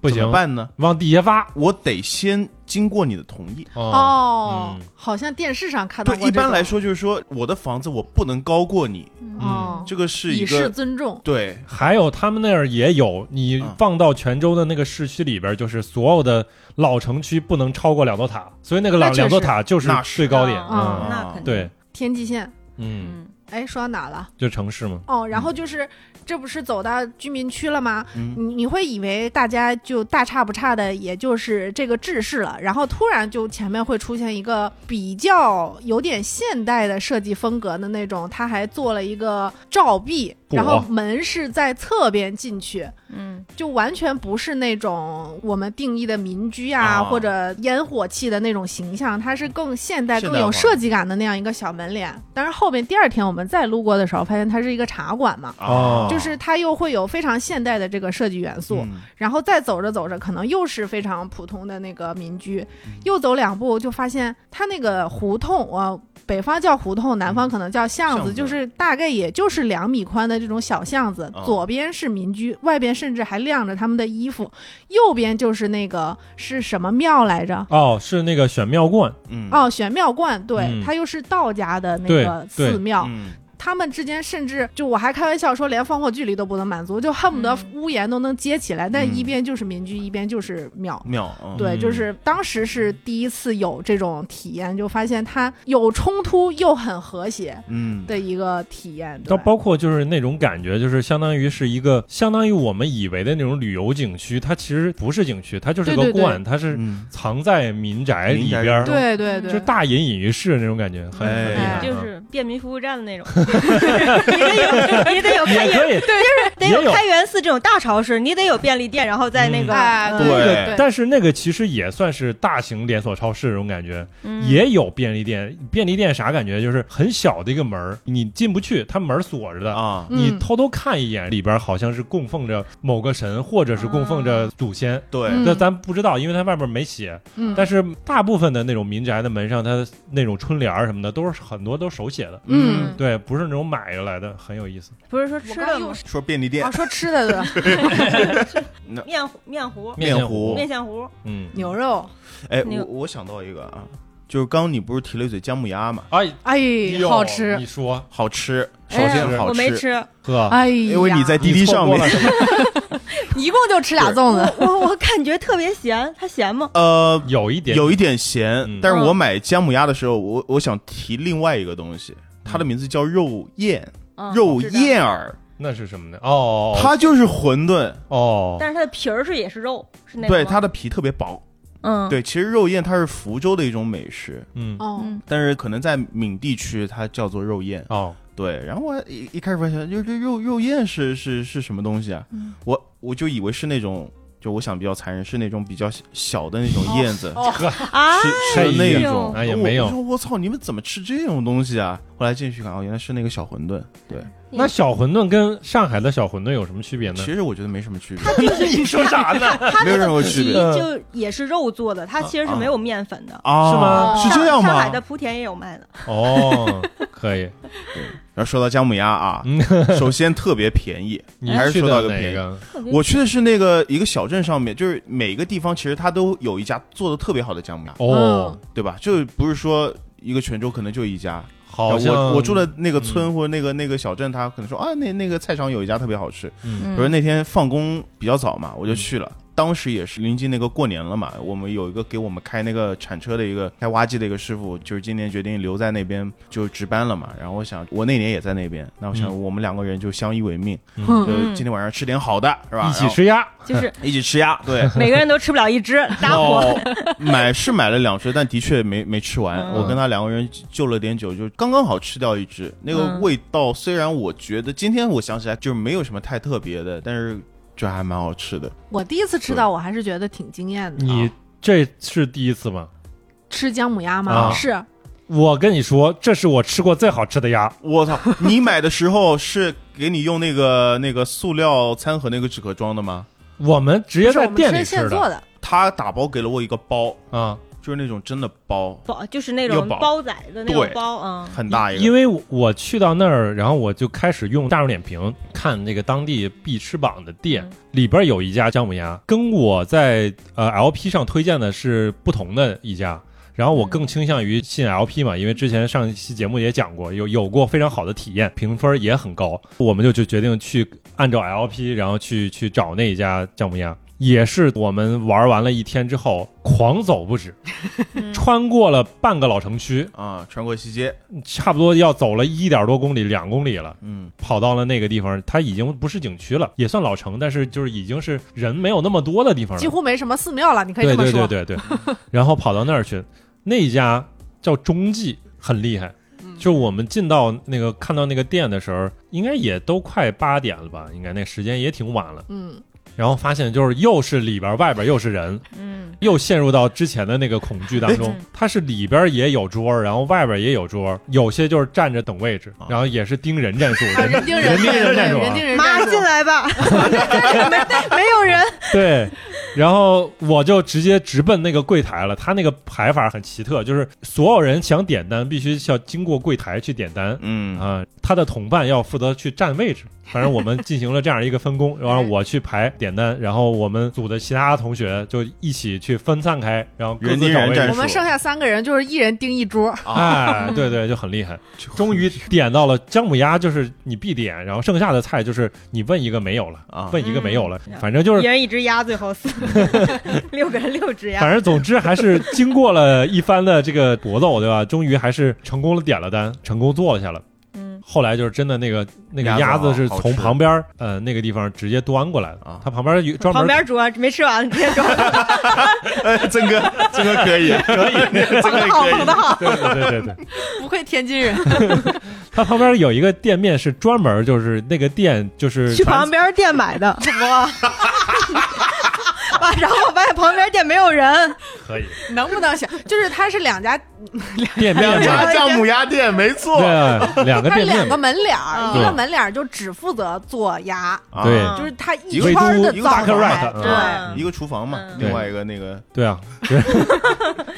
A: 不
B: 怎
A: 行
B: 么，办呢？
A: 往底下挖。
B: 我得先经过你的同意。
A: 哦，
C: 哦
A: 嗯，
C: 好像电视上看到
B: 对，
C: 过
B: 一
C: 这
B: 般
C: 种
B: 来说就是说，我的房子我不能高过你，
C: 哦，
B: 这个是一
C: 以示
B: 个
C: 尊重，
B: 对
A: 还有他们那儿也有，你
B: 嗯
A: 放到泉州的那个市区里边儿，就是所有的老城区不能超过两座塔，所以那个
C: 那
A: 老
C: 确
A: 两座
C: 实
A: 塔就是
B: 那是
A: 最高点。
C: 啊
A: 嗯，
D: 那肯定
A: 对，
C: 天际线。
A: 嗯，
D: 嗯，
C: 哎，说到哪了？
A: 就城市嘛，
C: 哦，然后就是，这不是走到居民区了吗？
B: 嗯
C: 你你会以为大家就大差不差的，也就是这个制式了，然后突然就前面会出现一个比较有点现代的设计风格的那种，他还做了一个照壁，
A: 嚯
C: 然后门是在侧边进去，
D: 嗯，
C: 就完全不是那种我们定义的民居啊、
B: 啊
C: 或者烟火气的那种形象，它是更现代、
B: 现代
C: 更
B: 化
C: 有设计感的那样一个小门脸。但是后面第二天我们再路过的时候，发现它是一个茶馆嘛，
A: 哦
C: 就是它又会有非常现代的这个设计元素。
B: 啊嗯
C: 然后再走着走着，可能又是非常普通的那个民居，又走两步就发现它那个胡同，呃，北方叫胡同，南方可能叫巷
B: 巷
C: 子，
B: 子
C: 就是大概也就是两米宽的这种小巷子
B: 啊，
C: 左边是民居，外边甚至还晾着他们的衣服，右边就是那个是什么庙来着？
A: 哦，是那个选庙观，
B: 嗯
C: 哦，玄妙观，对，
A: 嗯
C: 它又是道家的那
A: 对
C: 个
A: 对
C: 寺庙，
B: 嗯
C: 他们之间甚至就我还开玩笑说，连防火距离都不能满足，就恨不得
D: 嗯
C: 屋檐都能接起来，但
B: 嗯
C: 一边就是民居，一边就是庙。
B: 妙，嗯
C: 对，
A: 嗯
C: 就是当时是第一次有这种体验，就发现它有冲突又很和谐
B: 嗯
C: 的一个体验。
A: 到
C: 对，
A: 包括就是那种感觉，就是相当于是一个相当于我们以为的那种旅游景区，它其实不是景区，它就是
C: 对
A: 个
C: 对对
A: 观，它是
B: 嗯
A: 藏在民宅里边儿，
C: 对对对，
A: 就大隐隐于市那种感觉，很很厉害
B: 哎
A: 啊，
D: 就是便民服务站的那种，你得有， 你得有开
A: 也
D: 源，
A: 可以。
D: 得
A: 也有
D: 有开元寺这种大超市，你得有便利店，然后在那个
A: 嗯
C: 哎，
D: 呃
C: 对
B: 对
C: 对对，
A: 但是那个其实也算是大型连锁超市这种感觉，
D: 嗯
A: 也有便利店。便利店啥感觉？就是很小的一个门儿，你进不去，它门儿锁着的。
B: 啊，
C: 嗯
A: 你偷偷看一眼，里边儿好像是供奉着某个神，或者是供奉着祖先。
B: 对，
C: 嗯
A: 那咱不知道，因为它外边没写。
C: 嗯，
A: 但是大部分的那种民宅的门上，它那种春联儿什么的，都是很多都手写的。
C: 嗯，
A: 对，不是那种买下来的，很有意思。
D: 不是说吃
C: 我
D: 的
C: 刚
D: 吗
C: 又
B: 说便利店
C: 啊，说吃 的的
D: 面糊面糊、
A: 面
B: 面
A: 糊
B: 糊
D: 面线糊，
A: 嗯，
C: 牛肉，
B: 哎，
D: 那
B: 我
D: 个
B: 我想到一个啊，就是刚刚你不是提了一嘴姜母鸭嘛，
A: 哎，
C: 哎，
A: 哟
C: 好吃
A: 你，说，
B: 好吃，首
C: 哎呀
B: 先好
D: 我没吃，
A: 呵，
C: 哎呀，
B: 因为你在滴滴
A: 你错
B: 上
A: 过
B: 面
A: 了，
C: 一共就吃俩粽子，
D: 我我感觉特别咸，它咸吗？
B: 呃。
A: 有一点
B: 有一点咸
A: 嗯，
B: 但是我买姜母鸭的时候，我我想提另外一个东西，它
A: 嗯
B: 的名字叫肉燕，
D: 嗯
B: 肉，
D: 我知道
B: 燕儿，
A: 那是什么呢？哦，
B: 它就是馄饨，
A: 哦，
D: 但是它的皮儿是也是肉，是那个
B: 对，
D: 吗
B: 它的皮特别薄，
D: 嗯
B: 对，其实肉燕它是福州的一种美食，
A: 嗯，
C: 哦，
D: 嗯
B: 但是可能在闽地区它叫做肉燕，
A: 哦，
B: 对，然后我一一开始发现，就这肉肉燕是是是什么东西啊？
D: 嗯
B: 我我就以为是那种，就我想比较残忍，是那种比较小小的那种燕子，
C: 哦
D: 啊，
B: 吃吃
A: 哎
B: 那
A: 呦
B: 种。
A: 哎也没有
B: 我说我操，你们怎么吃这种东西啊？后来进去看，哦，原来是那个小馄饨。对，
C: 嗯
A: 那小馄饨跟上海的小馄饨有什么区别呢
B: 其？实我觉得没什么区别，
A: 你说啥呢？
D: 它
B: 没有任
D: 那个
B: 何区别
D: 皮就也是肉做的，它其实是没有面粉的。
B: 啊？
A: 是吗
B: 是
D: 上
B: 这样
D: 上海
B: 吗
D: 的？莆田也有卖的，
A: 哦，可 以，
B: 然后说到姜母鸭啊
A: 嗯，
B: 首先特别便宜，
A: 你
B: 还是
A: 去
B: 说到
A: 的
B: 个啊
A: 哪
B: 便宜。
A: 个？
B: 我去的是那个一个小镇上面，就是每个地方其实它都有一家做的特别好的姜母鸭。
A: 哦，
C: 嗯
B: 对吧？就不是说一个泉州可能就一家，呃
A: 好像嗯
B: 我我住的那个村或者那个、那个小镇，他可能说啊，那那个菜场有一家特别好吃。
A: 嗯
B: 我说那天放工比较早嘛，我就去了。当时也是临近那个过年了嘛，我们有一个给我们开那个铲车的一个开挖机的一个师傅，就是今年决定留在那边就值班了嘛。然后我想，我那年也在那边，那我
A: 嗯
B: 想我们两个人就相依为命，
C: 嗯
B: 就
D: 嗯
B: 今天晚上吃点好的，是吧？
A: 一起
B: 然后
A: 吃鸭，
D: 就是
B: 一起吃鸭，对。
D: 每个人都吃不了 一只，搭伙。
B: 哦，买是买了两只，但的确没没吃完。
D: 嗯
B: 我跟他两个人就了点酒，就刚刚好吃掉一只。那个
D: 嗯
B: 味道虽然我觉得今天我想起来就是没有什么太特别的，但是就还蛮好吃的。
C: 我第一次吃到，我还是觉得挺惊艳的。
B: 啊
A: 你这是第一次吗？
C: 吃姜母鸭吗？
A: 啊
C: 是，
A: 我跟你说，这是我吃过最好吃的鸭，
B: 我操！你买的时候是给你用那个那个塑料餐盒那个纸壳装的吗？
A: 我们直接
C: 不是
A: 在
C: 我
A: 店
C: 们
A: 里
C: 是
A: 吃
C: 现
A: 的
C: 做的，
B: 他打包给了我一个包，
A: 啊。
B: 就是那种真的包，
D: 包就是那
B: 有
D: 种
B: 包
D: 包仔的那种
B: 对
D: 包，嗯，
B: 很大一个。
A: 因为我我去到那儿，然后我就开始用大众点评看那个当地必吃榜的店
D: 嗯，
A: 里边有一家姜母鸭，跟我在呃 LP 上推荐的是不同的一家。然后我
D: 嗯
A: 更倾向于信 LP 嘛，因为之前上一期节目也讲过，有有过非常好的体验，评分也很高，我们就就决定去按照 LP，然后去去找那一家姜母鸭。也是我们玩完了一天之后，狂走不止，
D: 嗯
A: 穿过了半个老城区，
B: 啊，穿过西街，
A: 差不多要走了一点多公里、两公里了，
B: 嗯，
A: 跑到了那个地方，它已经不是景区了，也算老城，但是就是已经是人没有那么多的地方了
C: 几。乎没什么寺庙了，你可以
A: 嗯对
C: 这么
A: 对对
C: 说。
A: 对对， 然后跑到那儿去，那家叫中记，很厉害。
C: 嗯
A: 就我们进到那个看到那个店的时候，应该也都快八点了吧，应该那时间也挺晚了。
C: 嗯，
A: 然后发现就是又是里边儿外边儿又是人，
D: 嗯
A: 又陷入到之前的那个恐惧当中
D: 哎。
C: 嗯
A: 它是里边也有桌儿，然后外边也有桌儿，有些就是站着等位置
B: 啊，
A: 然后也是盯人战术，
C: 啊，人盯人，
A: 盯
C: 对
A: 人
C: 对
A: 战术
C: 对，人
A: 啊，
C: 盯人
D: 妈
C: 战术
D: 进 来吧，没没有人，
A: 对。然后我就直接直奔那个柜台了。他那个排法很奇特，就是所有人想点单必须要经过柜台去点单。
B: 嗯
A: 啊、他的同伴要负责去占位置，反正我们进行了这样一个分工，然后我去排点单，然后我们组的其他同学就一起去分散开，然后各
B: 人
A: 自
B: 盯
A: 找
B: 人
A: 位置
B: 战
C: 我
B: 术
C: 们剩下三个人就是一人盯一桌，
B: 啊
A: 哎，对对，就很厉害。终于点到了姜母鸭，就是你必点，然后剩下的菜就是你问一个没有了，
B: 啊，
A: 问一个没有了，
D: 嗯
A: 反正就
D: 一
A: 是，
D: 人一只鸭，最 后死，六个人六只鸭，
A: 反正总之还是经过了一番的这个搏斗，对吧？终于还是成功的点了单，成功做了下了。
D: 嗯，
A: 后来就是真的那个那个
B: 鸭
A: 鸭
B: 子好
A: 子是
B: 好
A: 从
B: 吃
A: 旁边儿呃那个地方直接端过来的
B: 啊，
A: 它旁边儿有专
D: 旁
A: 门
D: 边桌没吃完，直接桌，
B: 哎，曾哥，曾哥 可以， 可以，曾哥
D: 捧的好，
B: 可以
D: 捧。的
A: 对对
D: 好，
A: 对对对，
C: 不愧天津 人。
A: 它旁边有一个店面是专门就是那个店就是
D: 去旁边店买 的，哇，哇，然后我发现旁边店没有人，
A: 可以
C: 能不能行？就是它是两家，
A: 店面
B: 两
A: 嘛，
B: 家姜母鸭店，没错。
A: 对，啊两个
C: 它
A: 店面
C: 两
A: 嘛，
C: 个门脸儿，
D: 对
C: 一个门脸儿就只负责做鸭，
B: 啊
A: 对
D: 嗯
C: 就是它一
B: 一
A: 个
C: 圈儿的
A: 一个
C: 造
A: duck right，
C: 来，
A: 嗯
D: 对
B: 一个厨房嘛，
D: 嗯
B: 另外一个那个。
A: 对啊， 对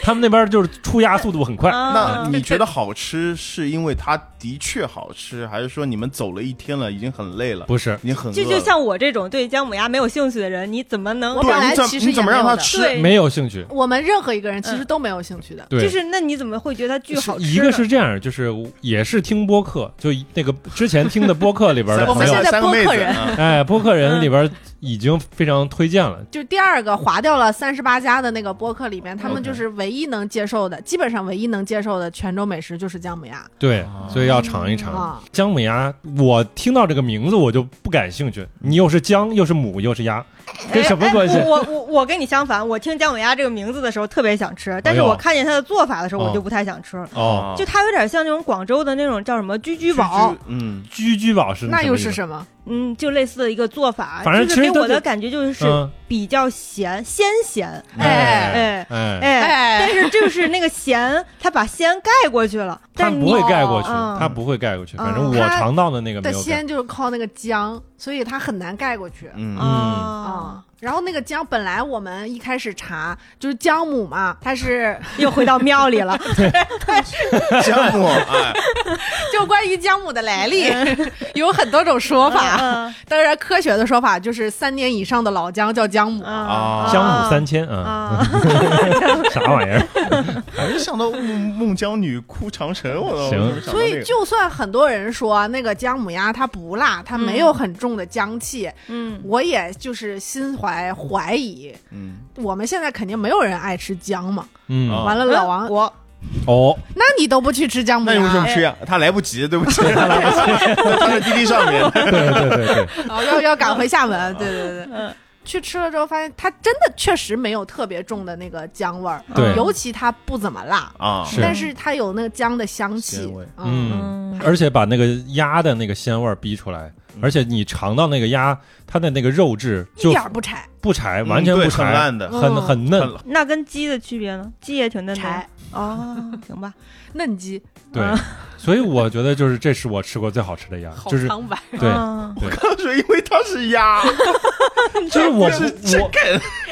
A: 他们那边就是出鸭速度很快，
C: 嗯
D: 啊
B: 那你觉得好吃是因为它的确好吃，还是说你们走了一天了，已经很累了，
A: 不是
B: 你很饿
D: 就
B: 了
D: 就像我这种对姜母鸭没有兴趣的人，你怎么能
C: 我本来
B: 对，你怎
C: 其实
B: 你怎么
C: 也
B: 让
C: 没有
B: 它
C: 的
B: 吃？
D: 对
A: 没有兴趣。
C: 我们任何一个人
D: 嗯
C: 其实都没有兴趣的。
A: 对，
D: 就是那你怎么会觉得它巨好吃呢？
A: 一个是这样，就是也是听播客，就那个之前听的播客里边 的
B: 三
A: 朋
C: 们
A: 友
C: 现，在
B: 三个
C: 播
B: 妹
C: 客
B: 子
C: 人
B: 啊
A: 哎，播客
D: 嗯
A: 人里边已经非常推荐了。
C: 就第二个划掉了三十八家的那个播客里面，他们
B: OK
C: 就是唯一能接受的，基本上唯一能接受的泉州美食就是姜母鸭
A: 对
B: 啊，
A: 所以要尝一尝
C: 啊。
A: 姜母鸭。我听到这个名字我就不感兴趣。你又是姜，又是母，又是鸭，跟什么关系
D: 哎哎我我我跟你相反，我听姜母鸭这个名字的时候特别想
A: 哎
D: 吃，但是我看见它的做法的时候，
A: 哦
D: 我就不太想吃了。
B: 啊
A: 哦。
D: 就它有点像那种广州的那种叫什么居居堡，
B: 吃，嗯，
A: 居居宝是
C: 那又是
A: 么
C: 什么？
D: 嗯，就类似的一个做法，
A: 反正其
D: 就是
A: 实
D: 给
A: 它
D: 我的
A: 就
D: 感觉就
A: 意
D: 是
A: 思？嗯，
D: 比较咸，鲜咸，
C: 哎
A: 哎
D: 哎
A: 哎，
D: 哎。但
C: 哎，
D: 是就是那个咸，它把鲜盖过去了，
A: 它
D: 但是
A: 不
D: 你
A: 会盖过去，
D: 嗯
A: 它不会盖过去。
D: 嗯
A: 反正我
C: 它
A: 尝到的那个没
C: 的
A: 有盖。
C: 鲜就是靠那个姜，所以它很难盖过去。
B: 嗯，
D: 啊
C: 啊，，然后那个姜本来我们一开始查就是姜母嘛，它是
D: 又回到庙里了。
B: 姜母，哎，
C: 就关于姜母的来历 有很多种说法。
D: 嗯
C: 当然，科学的说法就是三年以上的老姜叫姜母，
B: 啊
A: 姜母三千啊，
D: 啊，
A: 啥玩意儿？
B: 还是想到孟孟姜女哭长城，我都
A: 行
B: 我都想到
C: 所
B: 那
C: 以
B: 个
C: 就算很多人说那个姜母鸭它不辣，它没有很重的姜气，
D: 嗯，
C: 我也就是心怀怀疑。
B: 嗯，
C: 我们现在肯定没有人爱吃姜嘛，
A: 嗯
B: 啊
C: 完了老王，
D: 我
A: 哦，
C: 那你都不去吃姜母
B: 那你为什么
C: 鸭，
B: 吃呀？他来不及，对不起，他来不 及，他在滴滴上 面。
A: 对对对对，
C: 哦要要赶回厦门，对对对。
D: 嗯
C: 去吃了之后，发现它真的确实没有特别重的那个姜味儿，
A: 对
C: 尤其它不怎么辣，
B: 啊，
A: 是
C: 但是它有那个姜的香气
B: 鲜味，
A: 嗯。
D: 嗯
A: 而且把那个鸭的那个鲜味儿逼出来，而且你尝到那个鸭，它的那个肉质
C: 一
A: 就
C: 点儿不柴
A: 不柴，
B: 嗯
A: 完全
B: 对
A: 不
B: 很
A: 柴，
B: 烂的，
A: 很很嫩，
B: 很
D: 那跟鸡的区别呢？鸡也挺嫩的
C: 柴
D: 哦，行吧，
C: 嫩鸡，
A: 对
D: 嗯，
A: 所以我觉得就是这是我吃过最好吃的鸭，
C: 好啊
A: 就是
C: 苍白。
A: 对，
D: 嗯
B: 当时因为它是鸭，
A: 就是我
B: 是
A: 我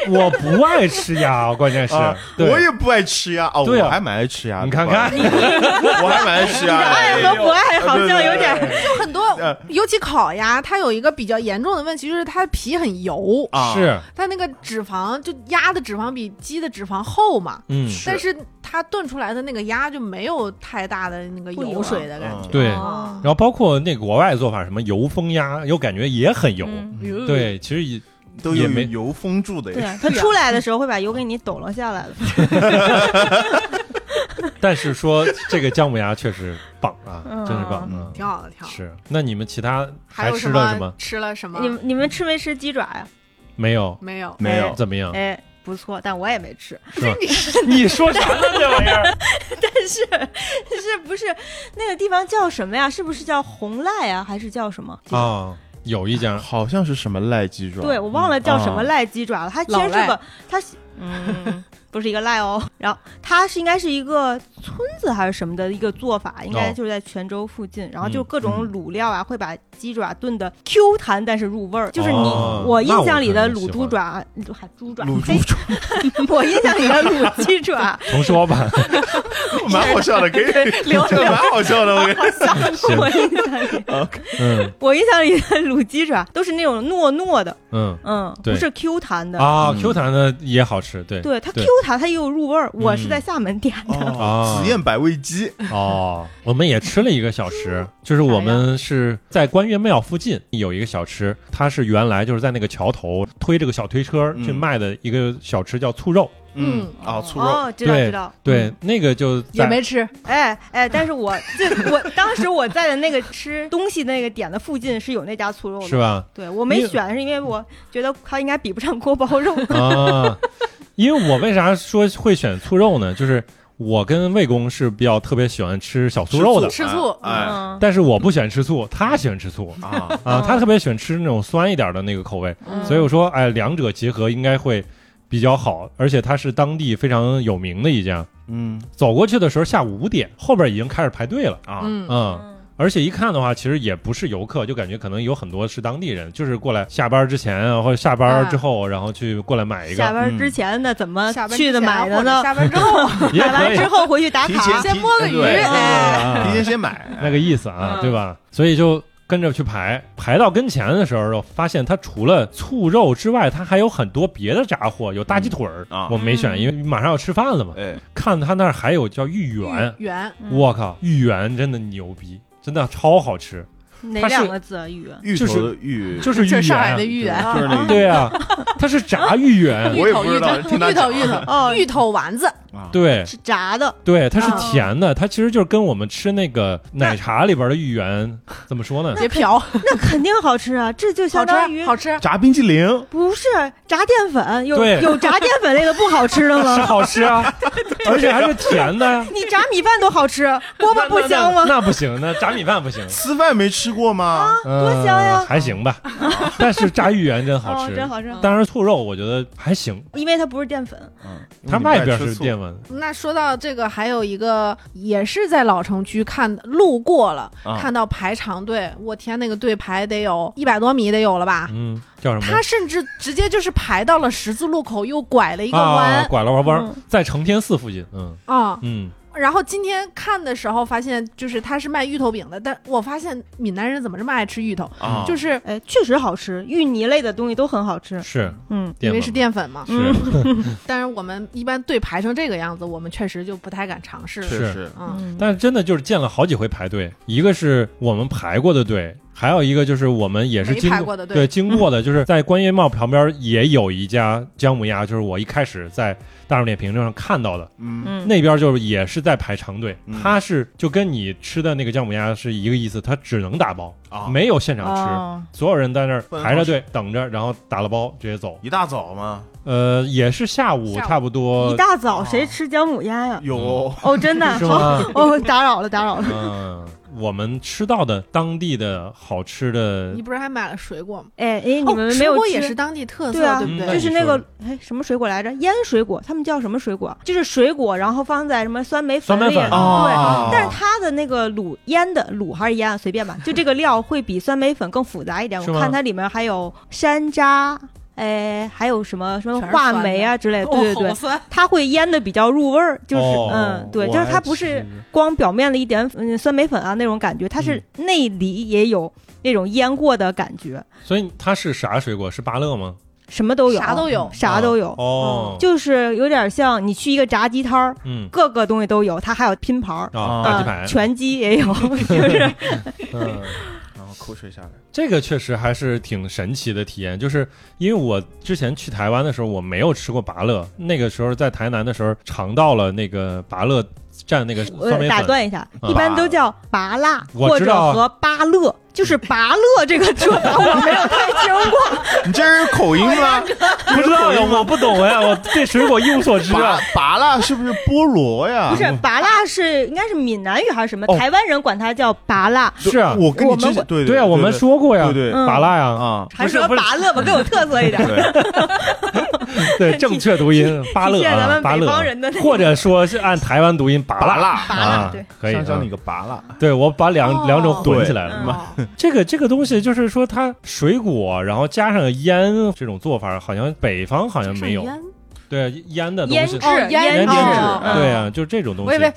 A: 我不爱吃鸭，关键是
B: 啊，
A: 对
B: 我也不爱吃鸭哦，
A: 对啊
B: 我还蛮爱吃鸭的，
A: 你看看
B: 不好意思 我还蛮爱吃鸭 的，哎
D: 爱哎和不爱好像有
B: 对对
D: 点
B: 对对
C: 就很多
B: 呃，
C: 尤其烤鸭，它有一个比较严重的问题，就是它皮很油，
B: 啊，
A: 是
C: 它那个脂肪就鸭的脂肪比鸡的脂肪厚嘛，
A: 嗯，
B: 是
C: 但是它炖出来的那个鸭就没有太大的那个
D: 不油
C: 油
D: 啊
C: 水的感觉。
A: 对。
C: 哦
A: 然后包括那国外做法，什么油封鸭，又感觉也很油。
D: 嗯
C: 嗯，
A: 对，其实也
B: 都
A: 也
B: 有
A: 没
B: 油封住的，
D: 对，它出来的时候会把油给你抖落下来的。
A: 但是说这个姜母鸭确实棒啊，
D: 嗯
A: 真是棒
B: 嗯
A: 啊！
C: 挺好的，挺好的。
A: 是，那你们其他还
C: 有
A: 吃了什
C: 么
A: 么？？
C: 吃了什么
D: 嗯你？们你们吃没吃鸡爪呀？
A: 没有，
C: 没有。
B: 没有
A: 怎么样？
D: 哎，不错，但我也没吃。
A: 是吧？ 你说啥呢？这玩意儿？
D: 但是是不是那个地方叫什么呀？是不是叫红濑啊？还是叫什么？
A: 啊，有一家
B: 好像是什么赖鸡爪，
D: 对，我忘了叫什么
B: 嗯
D: 赖鸡爪了。它其实是个，它是嗯， 不是一个赖哦。然后它是应该是一个村子还是什么的一个做法，应该
A: 哦
D: 就是在泉州附近。然后就
A: 嗯
D: 各种
B: 嗯
D: 卤料啊，会把鸡爪炖的 Q 弹，但是入味儿。就是你
A: 哦
D: 我印
A: 那我
D: 象里
A: 可
D: 的
A: 能
D: 卤
A: 喜
D: 猪
A: 欢
D: 爪，还猪爪，
B: 卤
D: 哎
B: 猪 爪，
D: 我印象里的卤鸡爪
A: 重说吧，
B: 蛮好笑的，可以，
D: 留
B: 这个 蛮好笑的，我跟你
D: 好像我印象里，
A: 嗯
D: 我印象里的卤鸡爪都是那种糯糯的，
A: 嗯
D: 嗯，
A: 对
D: 不是 Q 弹的。
A: 啊
B: 嗯
A: ，Q 弹的也好吃，对
D: 对它
A: 对
D: Q 弹，它又有入味儿。我是在厦门点
B: 哦
D: 的，
A: 啊
B: 紫燕百味鸡，嗯
A: 哦，我们也吃了一个小吃，就是我们是在关岳庙附近有一个小吃，它是原来就是在那个桥头推这个小推车去
B: 嗯
A: 卖的一个小吃，叫醋肉。
B: 嗯
C: 嗯
B: 啊，醋肉，
D: 哦，知道
A: 对
D: 知道，
A: 对
D: 嗯，，
A: 那个就
C: 也
A: 在
C: 没吃，
D: 哎哎，但是 我这我当时我在的那个吃东西那个点的附近是有那家醋肉
A: 是
D: 的，
A: 吧？
D: 对我没
A: 你
D: 选是因为我觉得它应该比不上锅包肉，
A: 啊，因为我为啥说会选醋肉呢？就是我跟魏公是比较特别喜欢吃小酥肉的，
C: 吃醋哦
B: 哎
D: 嗯
A: 但是我不喜欢吃醋，他喜欢吃醋
B: 啊，
A: 啊
D: 嗯，
A: 他特别喜欢吃那种酸一点的那个口味。
D: 嗯
A: 所以我说，哎，两者结合应该会比较好，而且它是当地非常有名的一家。
B: 嗯
A: 走过去的时候下午五点，后边已经开始排队了，
B: 啊，
C: 嗯，
A: 嗯。而且一看的话，其实也不是游客，就感觉可能有很多是当地人，就是过来下班之前啊，或者下班之后，然后去过来买一
D: 下
A: 个，
D: 班之前的怎么
C: 下班
D: 呃去的
C: 之前
D: 买的
C: 或者
D: 呢？
C: 下班 之后
A: 也
D: 买
A: 可
D: 完
A: 以
D: 之后回去打
B: 提前
D: 卡，
C: 先摸个鱼，
B: 对
C: 哎，
A: 啊
B: 提前先买
A: 那个意思啊，
D: 嗯
A: 对吧？所以就跟着去排，排到跟前的时候，发现它除了醋肉之外，它还有很多别的炸货，有大鸡腿儿
B: 嗯啊
A: 我没选，
D: 嗯
A: 因为马上要吃饭了嘛。
B: 哎，
A: 看他那儿还有叫芋圆，
C: 圆
D: 嗯
A: 我靠，芋圆真的牛逼，真的超好吃，
D: 哪
A: 它是
D: 两个字啊？语言
B: 芋
A: 就是
B: 头的芋，
A: 就是
C: 就
A: 芋
C: 是上海的
A: 圆。啊
C: 芋圆，
B: 就是那个
A: 对啊，它是炸芋圆，
B: 我
C: 芋
B: 也
C: 头
B: 不知
C: 芋
B: 道
C: 头
B: 听他
C: 芋头
B: 讲
C: 芋头
D: 哦，
C: 芋头丸子，
B: 啊，
A: 对
D: 是炸的，
A: 对，它是
C: 啊
A: 甜的，它其实就是跟我们吃那个奶茶里边的芋圆怎么说呢？
C: 别瓢，
D: 那肯定好吃啊！这就相
C: 好
D: 当于
C: 吃好吃，
B: 炸冰激凌，
D: 不是炸淀粉，有
A: 对
D: 有炸淀粉类的不好吃 的
A: 是
D: 吗？
A: 好吃 啊，而且还是甜的啊呀。
D: 你炸米饭多 好吃，锅巴不香
A: 那
D: 吗？
A: 那不行，那炸米饭不行，
B: 吃饭没吃过吗？
A: 多
D: 香呀
A: 还行吧，但是炸芋圆真好
D: 哦，
A: 吃
D: 真。好吃，
A: 当然醋肉我觉得还行，
D: 因为它不是淀粉，
B: 嗯，
A: 它外边是淀粉，
C: 那说到这个，还有一个也是在老城区看路过了，
B: 啊
C: 看到排长队，我天，那个队排得有一百多米，得有了吧？
A: 嗯，叫什么
C: 他？甚至直接就是排到了十字路口，又拐了一
A: 一
C: 个弯
A: 啊拐了弯弯儿
D: 嗯，
A: 在承天寺附近，嗯
C: 啊、
A: 嗯，
C: 然后今天看的时候发现，就是他是卖芋头饼的，但我发现闽南人怎么这么爱吃芋头，
B: 啊，
C: 就是是
D: 哎，确实好吃，芋泥类的东西都很好吃。
A: 是
D: 嗯，
A: 淀
C: 因
A: 粉
C: 为是
A: 嘛
C: 淀粉嘛。
A: 是
C: 但是我们一般队排成这个样子，我们确实就不太敢尝试了。
A: 是
B: 是
C: 嗯，
A: 但是真的就是见了好几回排队，一个是我们排过的队，还有一个就是我们也是
C: 没
A: 经
C: 排过的队
A: 对经过的，就是在观音庙旁边也有一家姜母鸭，就是我一开始在大众点评上看到的，
B: 嗯
D: 嗯，
A: 那边就是也是在排长队
B: 嗯，
A: 它是就跟你吃的那个姜母鸭是一个意思，它只能打包，
B: 啊，
A: 没有现场吃。
D: 哦
A: 所有人在那儿
B: 不能
A: 排着
B: 放
A: 队等着，然后打了包直接走。
B: 一大早嘛，
A: 呃，也是下午
C: 下午
A: 差不
D: 一
A: 多，
D: 大早谁吃姜母鸭 呀？
B: 有
A: 嗯
D: 哦，真的，
A: 哦是吗？
D: 哦，打扰了，打扰了。
A: 嗯，我们吃到的当地的好吃的
C: 你不是还买了水果吗？
D: 哎哎，嗯你
C: 哦
D: 们没有
C: 水果
D: 吃
C: 也是当地特色，
D: 对啊
C: 不
A: 嗯
C: 对
A: 那
D: 就？
A: 你
D: 是那个
A: 说
D: 哎什么水果来着？腌水果，他们叫什么水果？就是水果，然后放在什么酸梅
A: 酸梅
D: 里。
A: 粉
B: 哦
D: 对，但是它的那个卤腌的卤还是腌啊，随便吧，就这个料会比酸梅粉更复杂一点。
A: 是吗
D: 我看它里面还有山楂，哎，还有什么什么
C: 全是
D: 话
C: 酸
D: 梅啊之类的。
C: 哦
D: 对对对
C: 好，酸
D: 它会腌的比较入味儿，就是、
A: 哦
D: 嗯，对，
B: 我
D: 就是它
B: 还
D: 不是
B: 吃
D: 光表面了一点嗯酸梅粉啊那种感觉，它是内里也有那种腌过的感觉，
A: 所以它是啥水果？是芭乐吗？
D: 什么都有，
C: 啥都有。
D: 啥都有，
A: 哦，
D: 就是有点像你去一个炸鸡摊儿，
A: 嗯
D: 各个东西都有，它还有拼盘儿。
A: 啊，
B: 啊
A: 大鸡
D: 嗯
A: 排，
D: 拳击也 有，就是
A: 嗯，
B: 然后口水下来，
A: 这个确实还是挺神奇的体验。就是因为我之前去台湾的时候，我没有吃过芭乐，那个时候在台南的时候尝到了那个芭乐蘸那个
D: 我
A: 酸梅
D: 打
A: 粉。
D: 断一下，
A: 嗯
D: 一般都叫拔辣
A: 我
D: 或
A: 知
D: 者
A: 道啊
D: 和芭乐，就是拔乐这个说法我没有太听 过。
B: 你这是口音吗？
A: 不知道呀，我不懂呀，我对水果一无所知
B: 拔
A: 啊。
B: 拔了是不是菠萝呀？
D: 不是，拔辣是应该是闽南语还是什么？
A: 哦
D: 台湾人管它叫拔辣，
A: 是啊，
B: 我跟你
D: 我们
B: 之前 对
A: 对啊，我们说过呀
B: 对，对
D: 嗯
A: 芭乐呀，
B: 啊，
D: 还是
A: 不是
D: 说
A: 不是啊
D: 拔乐吧更有特色 一点。
B: 对，
A: 对，正确读音芭乐
D: 体现
A: 啊，
D: 咱们
A: 芭
D: 北
A: 乐
D: 方
A: 啊，
D: 人的那个
A: 或者说是按台湾读音芭
B: 拔
A: 乐
B: 辣，
D: 拔辣
A: 啊
D: 对，
A: 可以
B: 香
A: 啊
B: 香，你个拔辣，
A: 对我把两
C: 哦
A: 两种混起来了。
D: 嗯
C: 哦
A: 这个这个东西就是说，它水果然后加上烟这种做法，好像北方好像没有
C: 上。烟
A: 对腌的东
D: 腌
A: 西
D: 制，
C: 哦
A: 腌
C: 腌
A: 制，
C: 制
D: 哦
A: 对啊，就这种东
C: 我
A: 西
C: 以。为，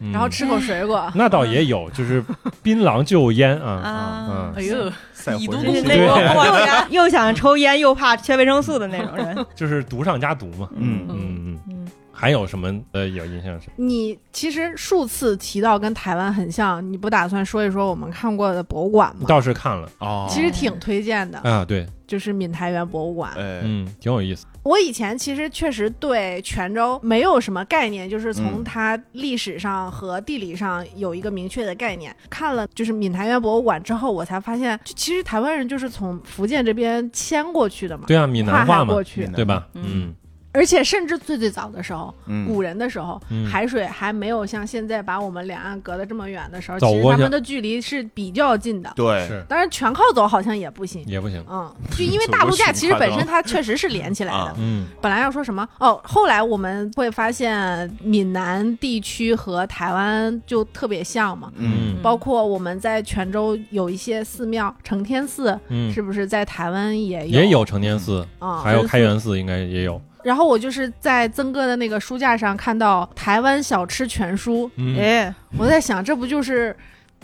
A: 嗯
C: 然后吃口水 果。
A: 那倒也有，就是槟榔就腌啊。
D: 啊
A: 嗯，
C: 哎呦，
B: 赛
C: 以
B: 活
C: 毒
D: 就
C: 攻
D: 是那
A: 对
D: 种又想又想抽烟又怕缺维生素的那种人。
A: 就是毒上加毒嘛。
B: 嗯，
A: 嗯嗯
D: 嗯，
A: 还有什么呃有印象是？
C: 你其实数次提到跟台湾很像，你不打算说一说我们看过的博物馆吗？
A: 倒是看了
B: 哦，
C: 其实挺推荐的，
A: 啊，对，
C: 就是闽台园博物馆。
B: 哎，
A: 嗯，挺有意思。
C: 我以前其实确实对泉州没有什么概念，就是从
B: 嗯
C: 它历史上和地理上有一个明确的概念。看了就是闽台园博物馆之后，我才发现，就其实台湾人就是从福建这边迁过去的嘛，
A: 对啊，闽
C: 跨
A: 南
C: 海
A: 话嘛
C: 过，去
B: 闽，南
A: 对吧？嗯
D: 嗯，
C: 而且甚至最最早的时候，
B: 嗯
C: 古人的时候，
A: 嗯
C: 海水还没有像现在把我们两岸隔得这么远的时候，
A: 走
C: 其实
A: 过
C: 他
A: 去
C: 们的距离是比较近的。
B: 对，
A: 是
C: 当然，全靠走好像也不行。
A: 也不行。
C: 嗯，就因为
B: 走
C: 大
B: 过
C: 陆架
B: 去
C: 其实
B: 夸
C: 本
B: 张
C: 身它确实是连起来的，
B: 啊
A: 嗯，
C: 本来要说什么哦，后来我们会发现闽南地区和台湾就特别像嘛，
A: 嗯
C: 包括我们在泉州有一些寺庙，承天寺、
A: 嗯，
C: 是不是在台湾也有？
A: 也有承天寺，
C: 啊、
A: 还有开元寺，应该也有。
C: 然后我就是在曾哥的那个书架上看到《台湾小吃全书》，
A: 嗯，
D: 哎，
C: 我在想这不就是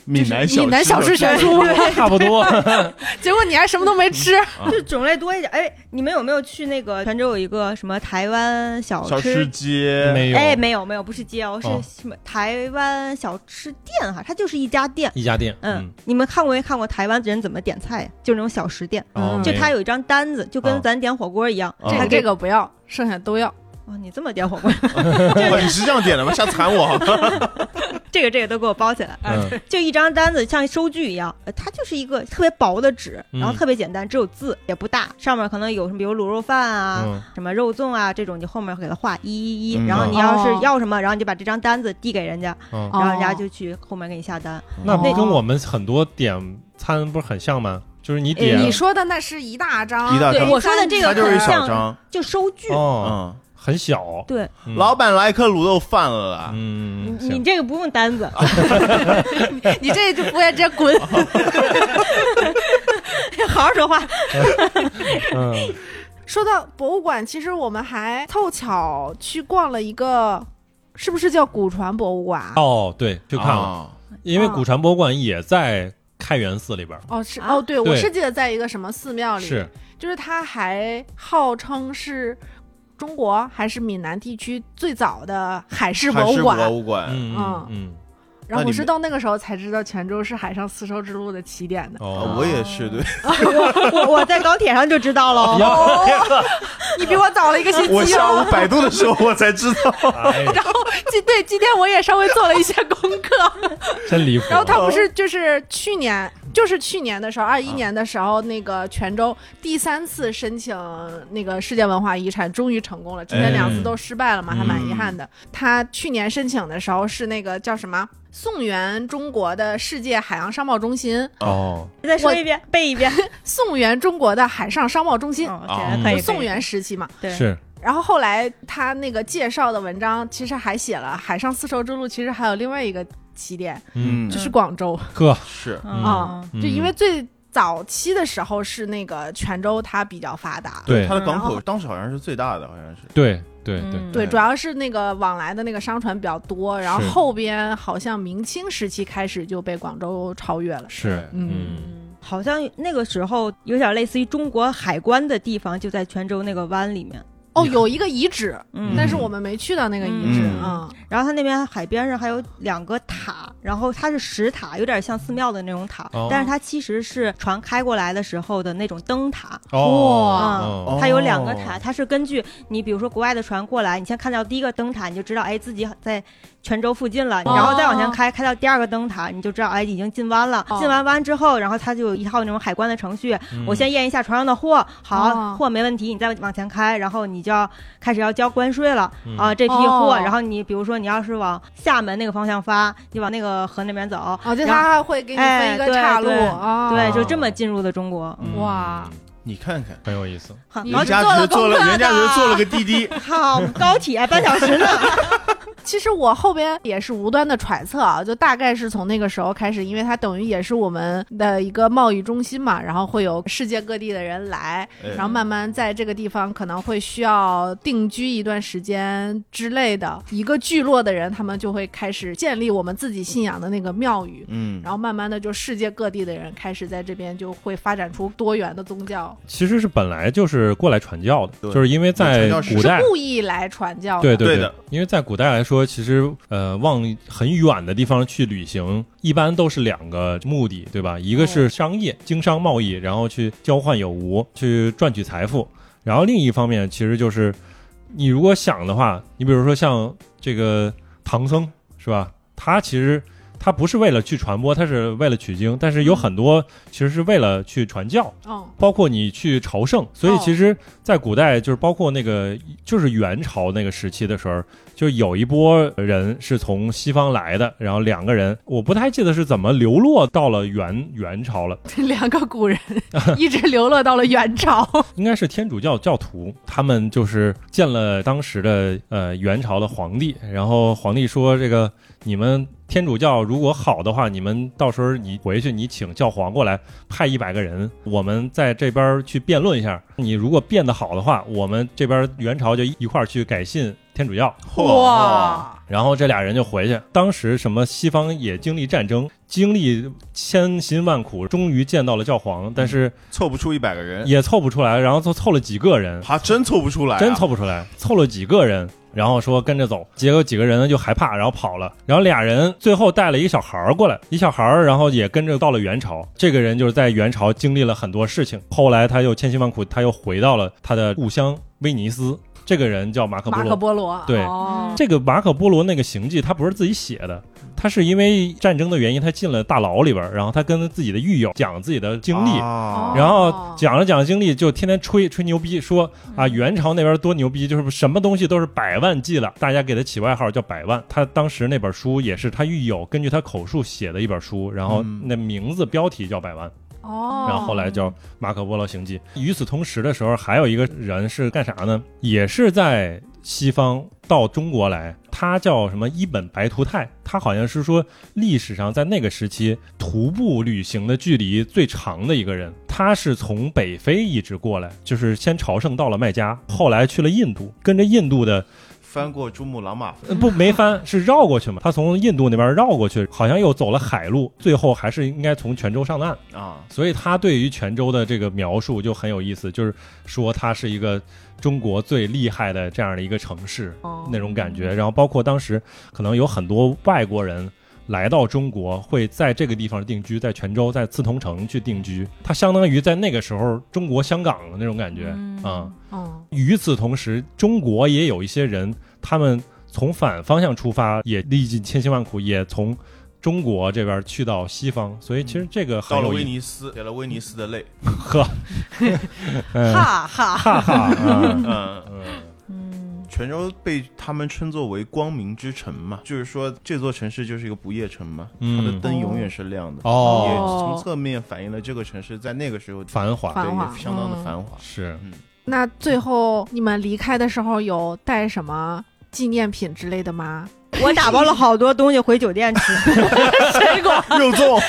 B: 闽南
C: 就是闽南小吃全书？
D: 哎
A: 差不多。
C: 结果你还什么都没吃，
D: 就种类多一点。哎，你们有没有去那个泉州有一个什么台湾小
B: 小吃街，
A: 没有，
D: 哎，没有没有，不是街哦，是
A: 哦
D: 什么台湾小吃店哈、它就是一家店。
A: 一家店，
D: 嗯，，你们看过没看过台湾人怎么点菜呀、就那种小食店，
A: 哦
C: 嗯
D: 就
A: 没
D: 他有一张单子，就
A: 哦
D: 跟咱点火锅一样。
B: 哦
C: 这
D: 他
C: 个
D: 给
C: 这个不要，剩下都要。
D: 哦，你这么点火锅，
B: 哦你是这样点的吗？下次喊我好吗，
D: 这个这个都给我包起来，
A: 嗯
D: 就一张单子，像收据一样。呃它就是一个特别薄的纸，
A: 嗯
D: 然后特别简单，只有字也不大，上面可能有什么，比如卤肉饭啊，
A: 嗯
D: 什么肉粽啊这种，你后面给它画一一
B: 嗯
D: 一，然后你
C: 哦
D: 要是要什么，然后你就把这张单子递给人家，
A: 嗯，
D: 然后人家
C: 哦
D: 就去后面给你下单。
A: 那不
D: 那
A: 跟我们很多点餐不是很像吗？就是你
D: 对
A: 点
C: 呃你说的那是一大张，
B: 一大
D: 对
B: 张
D: 我说的这个
B: 它啊就是一
D: 很
B: 小
D: 像，
B: 张，
D: 就收据。
A: 哦，
B: 嗯，
A: 很小，
D: 对
A: 嗯
B: 老板来一颗卤肉饭了啦，
A: 嗯，
D: 你你
A: 行，
D: 这个不用单子，
C: 你这就服务员直接滚。
D: 好好说 话。
A: 嗯
C: 说到博物馆，其实我们还凑巧去逛了一个。是不是叫古船博物馆啊？
A: 哦，对，去
B: 就
A: 看了，
B: 了，
A: 因为
C: 啊
A: 古船博物馆也在开元寺里边儿，
C: 哦，是
D: 啊
C: 哦，对，我
A: 对
C: 是记得在一个什么寺庙里，
A: 是
C: 就是它还号称是中国还是闽南地区最早的海事博
B: 汉
C: 物
B: 室
C: 馆。
B: 博物馆，
A: 嗯嗯
C: 嗯
A: 嗯，
C: 然
B: 那
C: 后
B: 你
C: 我
B: 们
C: 是到那个时候才知道泉州是海上丝绸之路的起点的。
B: 呃
A: 哦，
B: 我也是，对，
D: 我我我在高铁上就知道了哦，
A: 呀，
C: 你比我早了一个星
B: 我
C: 期
B: 下午
C: 哦。
B: 百度的时候我才知道，
A: 哎呀
C: 然后今对今天我也稍微做了一些功课。
A: 真离谱。啊
C: 然后哦他不是
D: 哦
C: 就是去年，就是去年的时候，二一年的时候，那个泉州第三次申请那个世界文化遗产，终于成功了。之
D: 哎
C: 前两次都失败了嘛，
A: 嗯
C: 还蛮遗憾的。他去年申请的时候是那个叫什么？宋元中国的世界海洋商贸中心，
A: 哦，
D: 你再说一遍，背一遍。
C: 宋元中国的海上商贸中心，
D: 哦，
B: 啊
D: 对，可以。可以
C: 宋元时期嘛。
D: 对，
A: 是
C: 然后后来他那个介绍的文章，其实还写了海上丝绸之路，其实还有另外一个起点，
A: 嗯，
B: 嗯
C: 就是广州。
A: 呵，
B: 是
A: 嗯
C: 啊
A: 嗯
D: 嗯，
C: 就因为最早期的时候是那个泉州它比较发达，
A: 对
B: 它的港口当时好像是最大的，好像是，
A: 对对对，
D: 嗯
C: 对，
B: 对
C: 主要是那个往来的那个商船比较多，然后
A: 是
C: 后边好像明清时期开始就被广州超越了。
A: 是
C: 嗯
A: 嗯
D: 好像那个时候有点类似于中国海关的地方，就在泉州那个湾里面。
C: 哦，有一个遗址，
D: 嗯，
C: 但是我们没去到那个遗址
B: 嗯
C: 啊。嗯
D: 然后它那边海边上还有两个塔，然后它是石塔，有点像寺庙的那种塔，
A: 哦
D: 但是它其实是船开过来的时候的那种灯塔。
A: 哦
D: 哇
A: 哦
D: 它有两个塔，它是根据你，比如说国外的船过来，你先看到第一个灯塔，你就知道，哎，自己在泉州附近了，
C: 哦
D: 然后再往前开，开到第二个灯塔，你就知道，哎，已经进湾了。
C: 哦
D: 进完湾之后，然后它就有一套那种海关的程序，
A: 嗯
D: 我先验一下船上的货，好，
C: 哦
D: 货没问题，你再往前开，然后你就要开始要交关税了
A: 嗯
D: 啊，这批货，
C: 哦
D: 然后你比如说你要是往厦门那个方向发，你往那个河那边走，
C: 哦，就
D: 然后
C: 它还会给你分一
D: 哎
C: 个
D: 对
C: 岔路
D: 对
C: 啊。
D: 对，就这么进入的中国。
A: 嗯
C: 哇
B: 你看看，
A: 很有意思，
D: 好
C: 你
B: 人家只是做了，人家只是做了个滴滴，
D: 好，高铁半小时呢。
C: 其实我后边也是无端的揣测啊，就大概是从那个时候开始，因为它等于也是我们的一个贸易中心嘛，然后会有世界各地的人来，
A: 嗯
B: 哎
C: 然后慢慢在这个地方可能会需要定居一段时间之类的，一个聚落的人，他们就会开始建立我们自己信仰的那个庙宇。
B: 嗯，
C: 然后慢慢的，就世界各地的人开始在这边就会发展出多元的宗教，
A: 其实是本来就是过来传教的，
B: 对
A: 就是因为在
B: 传教士
A: 古
C: 是
A: 代。
C: 故意来传教的。
A: 对对
B: 对
A: 对
B: 的，
A: 因为在古代来说，其实呃往很远的地方去旅行，一般都是两个目的，对吧？一个是商业、经商贸易，然后去交换有无，去赚取财富；然后另一方面，其实就是你如果想的话，你比如说像这个唐僧，是吧？他其实他不是为了去传播，他是为了取经，但是有很多其实是为了去传教。
C: 嗯，
A: 包括你去朝圣，所以其实，在古代就是包括那个就是元朝那个时期的时候，就是有一波人是从西方来的，然后两个人，我不太记得是怎么流落到了元元朝了，
C: 两个古人一直流落到了 元朝。
A: 应该是天主教教徒，他们就是见了当时的呃元朝的皇帝，然后皇帝说这个你们天主教如果好的话，你们到时候你回去你请教皇过来派一百个人，我们在这边去辩论一下，你如果辩得好的话，我们这边元朝就一块儿去改信天主教。
B: 哇，
A: 然后这俩人就回去。当时什么西方也经历战争，经历千辛万苦，终于见到了教皇，但是
B: 凑不出一百个人，
A: 也凑不出来，然后凑凑了几个人，
B: 还真凑不出来啊，
A: 真凑不出来，凑了几个人，然后说跟着走，结果几个人就害怕，然后跑了，然后俩人最后带了一个小孩儿过来，一小孩儿，然后也跟着到了元朝。这个人就是在元朝经历了很多事情，后来他又千辛万苦，他又回到了他的故乡威尼斯。这个人叫马可波
C: 马
A: 罗
C: 可，波罗，
A: 对
C: 哦
A: 这个马可波罗那个行记，他不是自己写的，他是因为战争的原因，他进了大牢里边儿，然后他跟自己的狱友讲自己的经历，
B: 啊
A: 然后讲着讲着经历，就天天吹吹牛逼，说啊元朝那边多牛逼，就是什么东西都是百万计了，大家给他起外号叫百万。他当时那本书也是他狱友根据他口述写的一本书，然后
B: 嗯
A: 那名字标题叫百万，
C: 哦，
A: 然后后来叫马可波罗行记。与此同时的时候，还有一个人是干啥呢？也是在西方到中国来，他叫什么一本白图泰，他好像是说历史上在那个时期徒步旅行的距离最长的一个人。他是从北非一直过来，就是先朝圣到了麦加，后来去了印度，跟着印度的。
B: 翻过珠穆朗玛峰，
A: 呃不没翻，是绕过去嘛。他从印度那边绕过去，好像又走了海路，最后还是应该从泉州上岸。
B: 啊，
A: 所以他对于泉州的这个描述就很有意思，就是说它是一个中国最厉害的这样的一个城市、
C: 哦
A: 那种感觉。然后包括当时可能有很多外国人来到中国，会在这个地方定居，在泉州、在刺桐城去定居。它相当于在那个时候中国香港的那种感觉啊、
D: 嗯
C: 哦，
A: 与此同时，中国也有一些人，他们从反方向出发，也历尽千辛万苦，也从中国这边去到西方。所以其实这个很
B: 到
A: 有意
B: 了威
A: 思
B: 尼斯，给了威尼斯 的泪，
A: 呵，嗯
D: 哈哈，
A: 哈哈，嗯
B: 嗯。
A: 嗯
D: 嗯，
B: 泉州被他们称作为光明之城嘛，就是说这座城市就是一个不夜城嘛，它的
A: 嗯，
B: 灯永远是亮的，也
A: 哦，
C: 哦
B: 从侧面反映了这个城市在那个时候
A: 繁华
C: 繁华
B: 对也相当的繁华。
A: 是
C: 那最后你们离开的时候有带什么纪念品之类的吗？
D: 我打包了好多东西回酒店吃，
C: 水果、
B: 肉粽，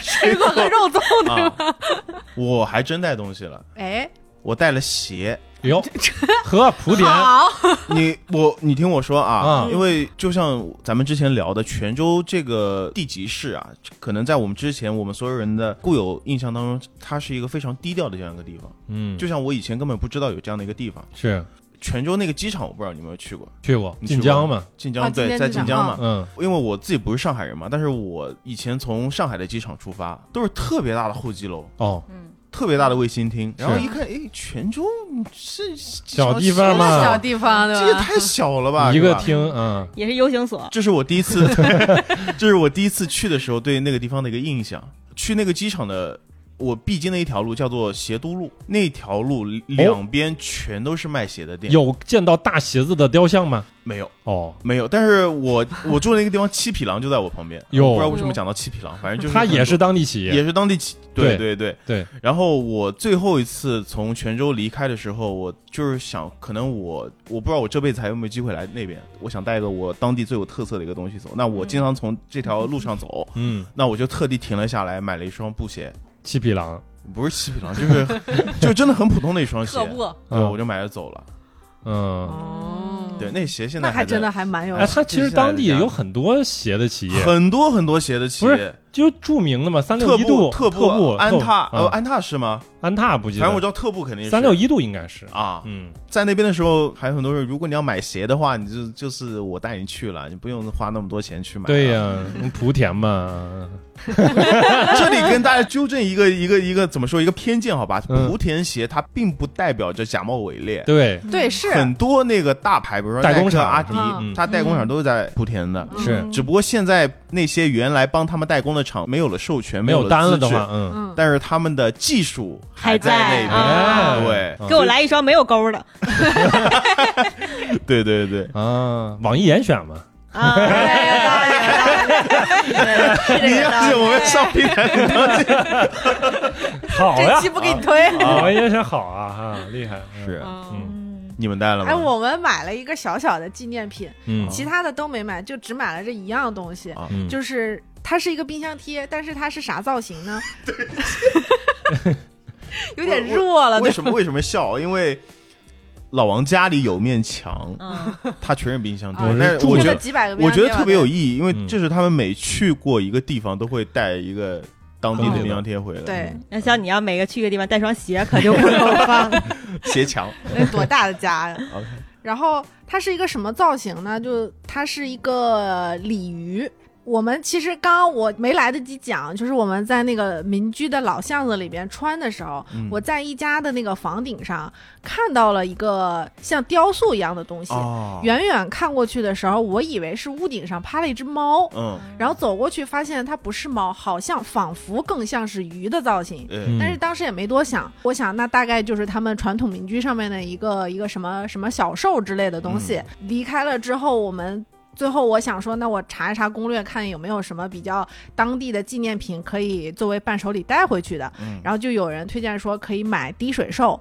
C: 水 果和肉粽对吧？
B: 啊，我还真带东西了，
C: 哎，
B: 我带了鞋。
A: 哟，和莆田
C: 好，
B: 你我你听我说啊，
A: 嗯
B: 因为就像咱们之前聊的，泉州这个地级市啊，可能在我们之前我们所有人的固有印象当中，它是一个非常低调的这样一个地方。
A: 嗯，
B: 就像我以前根本不知道有这样的一个地方。
A: 是
B: 泉州那个机场，我不知道你有没有去过，
A: 去过
B: 你去
A: 晋江嘛，
B: 晋
C: 啊
B: 江
C: 今
B: 对，
C: 天
B: 在
C: 机
B: 晋
C: 场
B: 江嘛，
A: 嗯，
B: 因为我自己不是上海人嘛，但是我以前从上海的机场出发，都是特别大的候机楼，
A: 哦，
B: 特别大的卫星厅，
A: 是
B: 然后一看，哎，泉州是
A: 小地方嘛啊
C: 那小地方
B: 这
C: 对
B: 也
C: 吧？
B: 太小了吧，
A: 一
B: 是
A: 个
B: 吧
A: 厅，嗯，
D: 也是 U 型锁，
B: 这是我第 一次， 这是我第一次去的时候对那个地方的一个印象。去那个机场的，我必经的一条路叫做鞋都路，那条路两边全都是卖鞋的店，
A: 有见到大鞋子的雕像吗？
B: 没有？
A: 哦，
B: 没有，但是我 我住的那个地方，七匹狼就在我旁边，
A: 哟
B: 我不知道为什么讲到七匹狼，反正就是
A: 他也是
B: 很多
A: 当地企业，
B: 也是当地起，对对对
A: 对。
B: 然后我最后一次从泉州离开的时候，我就是想，可能我我不知道我这辈子还有没有机会来那边，我想带一个我当地最有特色的一个东西走。那我经常从这条路上走，
A: 嗯，
B: 那我就特地停了下来，买了一双布鞋，
A: 七匹狼，
B: 不是七匹狼，就是就真的很普通的一双鞋
D: 特，步，
B: 对，
A: 嗯
B: 我就买了走了。
A: 嗯。
C: 哦
B: 对，那鞋现在
C: 那还
B: 还在
C: 真的还蛮有
A: 哎，他其实当地有很多鞋的企业，
B: 很多很多鞋的企
A: 不
B: 业，
A: 就著名的嘛，三六
B: 特
A: 一度、特
B: 步、步、安踏，
A: 嗯
B: 呃，安踏是吗？
A: 安踏不记
B: 反正我
A: 得，
B: 知道特步肯定是
A: 三六一度应该是，
B: 啊，
A: 嗯，
B: 在那边的时候，还有很多人，如果你要买鞋的话，你就就是我带你去了，你不用花那么多钱去买。啊
A: 对呀、、 莆田嘛，
B: 这里跟大家纠正一个一个一个怎么说一个偏见好吧？
A: 嗯
B: 莆田鞋它并不代表着假冒伪劣。
A: 对，
C: 对是嗯
B: 很多那个大牌，比如说
A: 代工
B: 耐克
A: 厂
B: 阿迪
A: 嗯，
B: 它代工厂都是在莆田的。
A: 是
D: 嗯
B: 只不过现在那些原来帮他们代工的厂 没有了授权，
A: 没
B: 有
A: 有
B: 了
A: 单了
B: 资
A: 的
B: 质
A: 话，，嗯，
C: 嗯，
B: 但是他们的技术在
D: 还在
B: 那
A: 哎，
B: 对
A: 嗯
D: 给我来一双没有钩的
B: 边。对对对，
A: 啊，网易严选嘛，
D: 啊，哎
B: 你要是我们上平台， 你当然
A: 好
C: 这期不给你推。
A: 啊
B: 哦
A: 网易严选好啊，哈，厉害，嗯
B: 是
A: 嗯
B: 你们带了吗？
C: 哎，我们买了一个小小的纪念品，
A: 嗯
C: 其他的都没买，就只买了这一样东西，
B: 啊
A: 嗯，
C: 就是它是一个冰箱贴，但是它是啥造型 呢？有点弱了，
B: 为
C: 对
B: 什么为什么笑？啊因为老王家里有面墙，
D: 嗯，
B: 他全是冰箱
C: 啊
B: 贴，但是
A: 我
B: 我
C: 贴
B: 觉
C: 了
B: 得
C: 几百个冰
B: 我
C: 箱
B: 觉
C: 贴
B: 得
C: 吧，
B: 特别有意义，因为
A: 嗯
B: 这是他们每去过一个地方都会带一个当地的冰箱贴回来，
C: 对，
D: 那像你要每个去一个地方带双鞋，可就不够放了。
B: 鞋嗯 墙。
C: 那多大的家呀！
B: OK，
C: 然后它是一个什么造型呢？就它是一个鲤鱼。我们其实刚刚我没来得及讲，就是我们在那个民居的老巷子里边穿的时候，
B: 嗯
C: 我在一家的那个房顶上看到了一个像雕塑一样的东西。
B: 哦，
C: 远远看过去的时候，我以为是屋顶上趴了一只猫，
B: 嗯，
C: 然后走过去发现它不是猫，好像仿佛更像是鱼的造型。
B: 呃，
A: 嗯
C: 但是当时也没多想，我想那大概就是他们传统民居上面的一个一个什么什么小兽之类的东西。离开了之后，我们最后我想说，那我查一查攻略，看有没有什么比较当地的纪念品可以作为伴手礼带回去的。
B: 嗯
C: 然后就有人推荐说可以买滴水兽。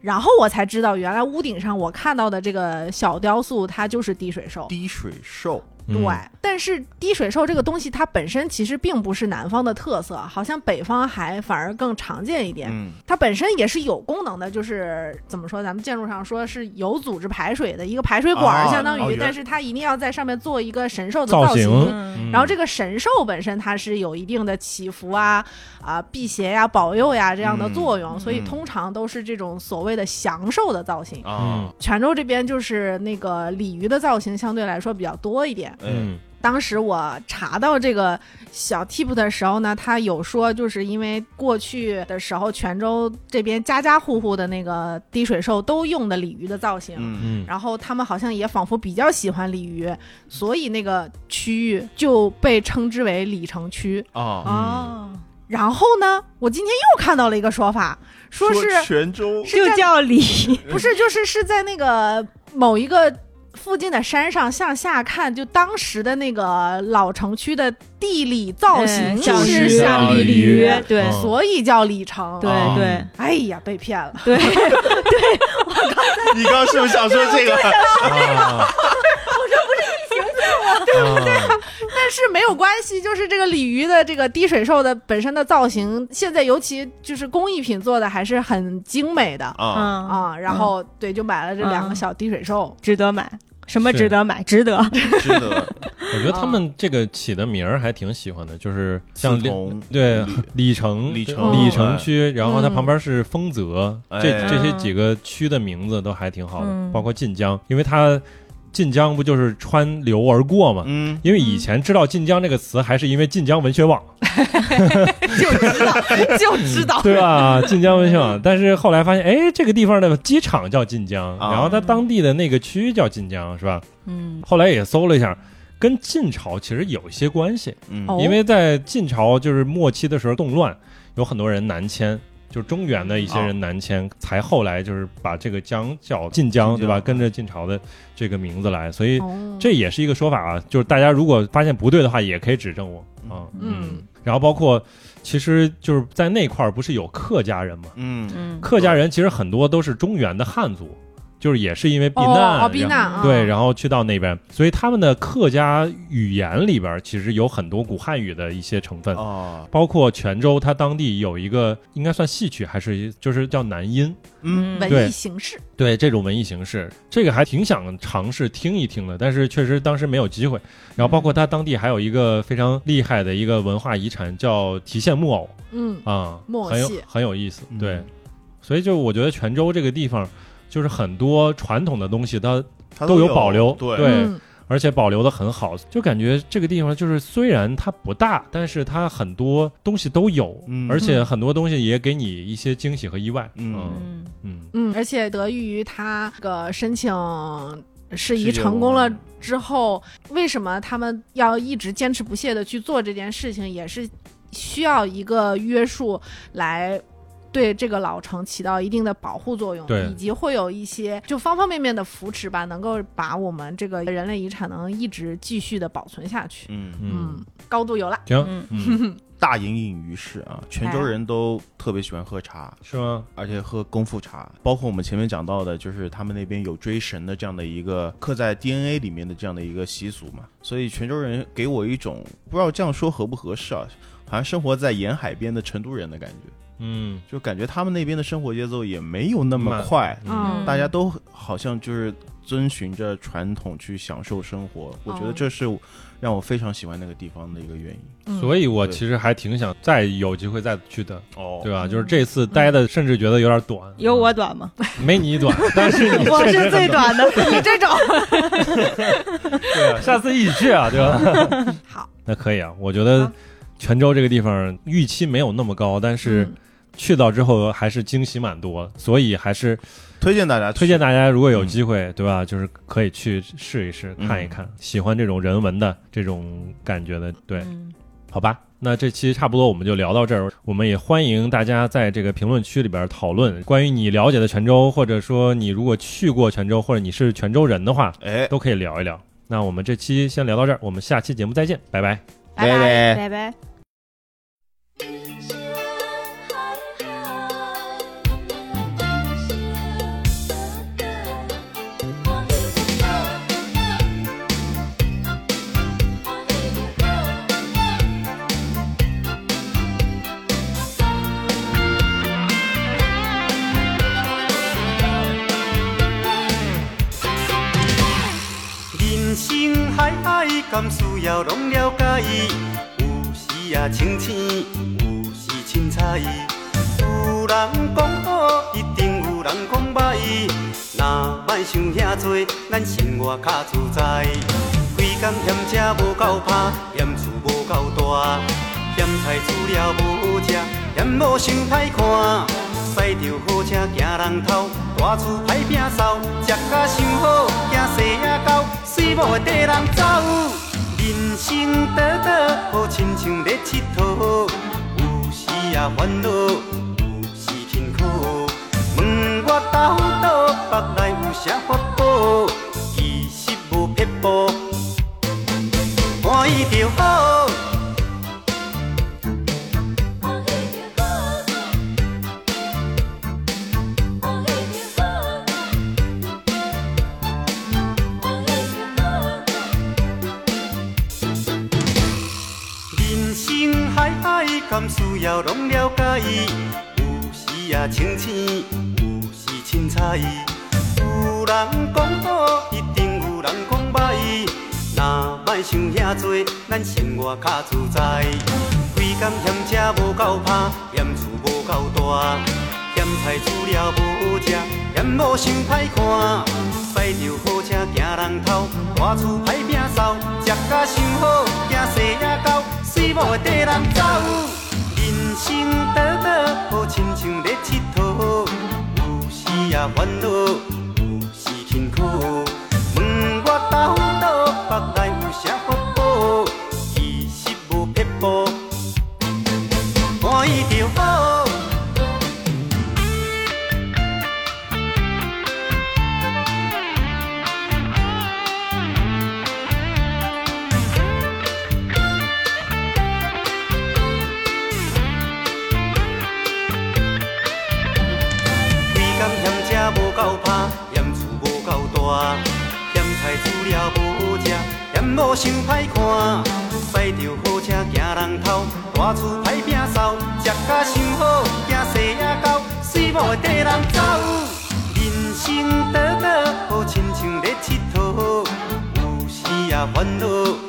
C: 然后我才知道，原来屋顶上我看到的这个小雕塑，它就是滴水兽。
B: 滴水兽
C: 对，
A: 嗯
C: 但是滴水兽这个东西它本身其实并不是南方的特色，好像北方还反而更常见一点。
B: 嗯，
C: 它本身也是有功能的，就是怎么说，咱们建筑上说是有组织排水的一个排水管儿，
B: 啊
C: 相当
B: 哦
C: 于，
B: 原
C: 但是它一定要在上面做一个神兽的
A: 造
C: 型。
A: 型
D: 嗯，
C: 然后这个神兽本身它是有一定的祈福啊、啊辟邪呀、保佑呀这样的作用，
D: 嗯
C: 所以通常都是这种所谓的祥兽的造型。
B: 啊，
C: 泉州这边就是那个鲤鱼的造型相对来说比较多一点。
B: 嗯，
A: 嗯
C: 当时我查到这个小 tip 的时候呢，他有说，就是因为过去的时候，泉州这边家家户户的那个滴水兽都用的鲤鱼的造型，
B: 嗯
A: 嗯
C: 然后他们好像也仿佛比较喜欢鲤鱼，所以那个区域就被称之为鲤城区。
B: 啊，
D: 哦，
C: 然后呢，我今天又看到了一个说法，说是
B: 泉州
C: 是
D: 就
C: 在
D: 叫李，
C: 不是就是是在那个某一个附近的山上向下看，就当时的那个老城区的地理造型
D: 嗯
C: 就
D: 像
C: 是
B: 是
C: 像
B: 像
D: 鲤
B: 鲤
D: 鱼
B: 鱼，
D: 对
A: 嗯
C: 所以叫里城。
D: 对
B: 啊
D: 对
C: 哎呀，被骗了。
D: 对，
B: 你刚刚是不是想说这 个？
A: 啊，我这不是疫情对不对？
C: 但是没有关系，就是这个鲤鱼的这个滴水兽的本身的造型，现在尤其就是工艺品做的还是很精美的
B: 啊，
D: 嗯，
C: 啊。然后对，就买了这两个小滴水兽。
D: 值得买。什么
A: 是
D: 值得买？ 值得。
B: 值得，
A: 我觉得他们这个起的名儿还挺喜欢的，就是像
B: 像同
A: 对，里城、
B: 里
A: 对
B: 城
A: 里城区，然后它旁边是丰泽，
B: 哎
A: 这这些
D: 嗯
A: 几个区的名字都还挺好的，
D: 嗯
A: 包括晋江，因为它晋江不就是穿流而过嘛。
B: 嗯，
A: 因为以前知道晋江这个词，还是因为晋江文学网，
C: 就知道， 就知
B: 啊
C: 道
A: 对吧？晋江文学网，但是后来发现，哎，这个地方的机场叫晋江，
B: 啊
A: 然后它当地的那个区叫晋江，是吧？
D: 嗯，
A: 后来也搜了一下，跟晋朝其实有一些关系。
B: 嗯
C: 哦
A: 因为在晋朝就是末期的时候动乱，有很多人南迁，就是中原的一些人南迁，才后来就是把这个江叫晋江，
B: 晋江
A: 对吧？跟着晋朝的这个名字来，所以
C: 哦
A: 这也是一个说法啊。就是大家如果发现不对的话，也可以指正我啊。
C: 嗯
A: 然后包括，其实就是在那块儿不是有客家人嘛？
B: 嗯
D: 嗯
A: 客家人其实很多都是中原的汉族，就是也是因为避难，
C: 哦哦
A: 然
C: 避难啊
A: 对，然后去到那边，所以他们的客家语言里边其实有很多古汉语的一些成分，
B: 哦，
A: 包括泉州，它当地有一个应该算戏曲还是就是叫南音，
B: 嗯，
A: 对
C: 文艺形式。
A: 对这种文艺形式，这个还挺想尝试听一听的，但是确实当时没有机会。然后包括它当地还有一个非常厉害的一个文化遗产叫提线木偶
C: 嗯，
A: 啊，
C: 木
A: 很有
C: 戏
A: 很有意思，对。
B: 嗯
A: 所以就我觉得泉州这个地方，就是很多传统的东西它
B: 它
A: 都有
B: 有
A: 保留
B: 对
A: 对
C: 嗯
A: 而且保留的很好，就感觉这个地方就是虽然它不大，但是它很多东西都有，
B: 嗯
A: 而且很多东西也给你一些惊喜和意外。
B: 嗯
D: 嗯
A: 嗯
C: 嗯，而且得益于他这个申请事宜
B: 世界文
C: 成功了
B: 化遗
C: 之后，为什么他们要一直坚持不懈的去做这件事情，也是需要一个约束来。对这个老城起到一定的保护作用，
A: 对
C: 以及会有一些就方方面面的扶持吧，能够把我们这个人类遗产能一直继续的保存下去。
B: 嗯，
A: 嗯，，
C: 高度有了，
A: 行，
D: 嗯
A: 嗯，
B: 大隐隐于市啊，泉州人都特别喜欢喝茶，
A: 是吗？
B: 而且喝功夫茶，包括我们前面讲到的，就是他们那边有追神的这样的一个刻在 DNA 里面的这样的一个习俗嘛，所以泉州人给我一种不知道这样说合不合适啊，好像生活在沿海边的成都人的感觉，
A: 嗯
B: 就感觉他们那边的生活节奏也没有那么
A: 慢
B: 快，
A: 嗯
D: 嗯
B: 大家都好像就是遵循着传统去享受生活，我觉得这是让我非常喜欢那个地方的一个原因。
C: 嗯
A: 所以我
B: 对
A: 其实还挺想再有机会再去的，
B: 哦
A: 对吧？就是这次待
B: 嗯
A: 的，甚至觉得有点短，
D: 有我短 吗？
A: 没你短，但是你
D: 我
A: 确实
D: 是最短 的。
C: 你这种
A: 对啊，下次一起去啊，对吧？
C: 好，
A: 那可以啊，我觉得
D: 好
A: 泉州这个地方预期没有那么高，但是。
C: 嗯
A: 去到之后还是惊喜蛮多，所以还是
B: 推荐大家去，
A: 推荐大家，如果有机会，对吧？就是可以去试一试，
B: 嗯
A: 看一看，喜欢这种人文的这种感觉的，对，
D: 嗯
A: 好吧。那这期差不多我们就聊到这儿，我们也欢迎大家在这个评论区里边讨论关于你了解的泉州，或者说你如果去过泉州，或者你是泉州人的话，
B: 哎，
A: 都可以聊一聊。那我们这期先聊到这儿，我们下期节目再见，拜拜。
B: 拜拜
D: 拜拜。
E: 山海海，山山海海，我一个人。
F: 甘需要拢了解，有时也清醒，有时凊彩。有人讲好，一定有人讲歹，若莫想遐多，咱生活较自在。规工嫌车无够拍，嫌厝无够大，嫌菜煮了无好食，嫌某想歹看。驶着好车行人头，大厝歹摒扫，食甲想好，啊惊细仔狗，水某会缀人走。人生短短，好亲像咧佚佗，有时也烦恼，有时辛苦。问我到底腹内有啥法宝？其实无撇步，欢喜就好。人生海海，甘需要拢了解。有时也清醒，有时凊彩。有人讲好，一定有人讲歹。若莫想遐多，咱生活较自在。规工嫌车无够拍，嫌厝无够大，嫌菜煮了无好食，嫌某想歹看。驶着好车行人头，大厝歹摒扫，食甲想好，惊细仔狗，水某会缀人走。人生短短，好亲像咧佚佗，有时也烦恼，有时辛苦。问我到底腹内有啥法宝？其实无撇步，欢喜就好。规工嫌车无够拍，嫌厝无够大，嫌菜煮了无好食，嫌某想歹看。驶着好车行人头，大厝歹摒扫，食甲想好，惊细仔狗，水某会缀人走。人生短短，好亲像咧佚佗，有时也烦恼。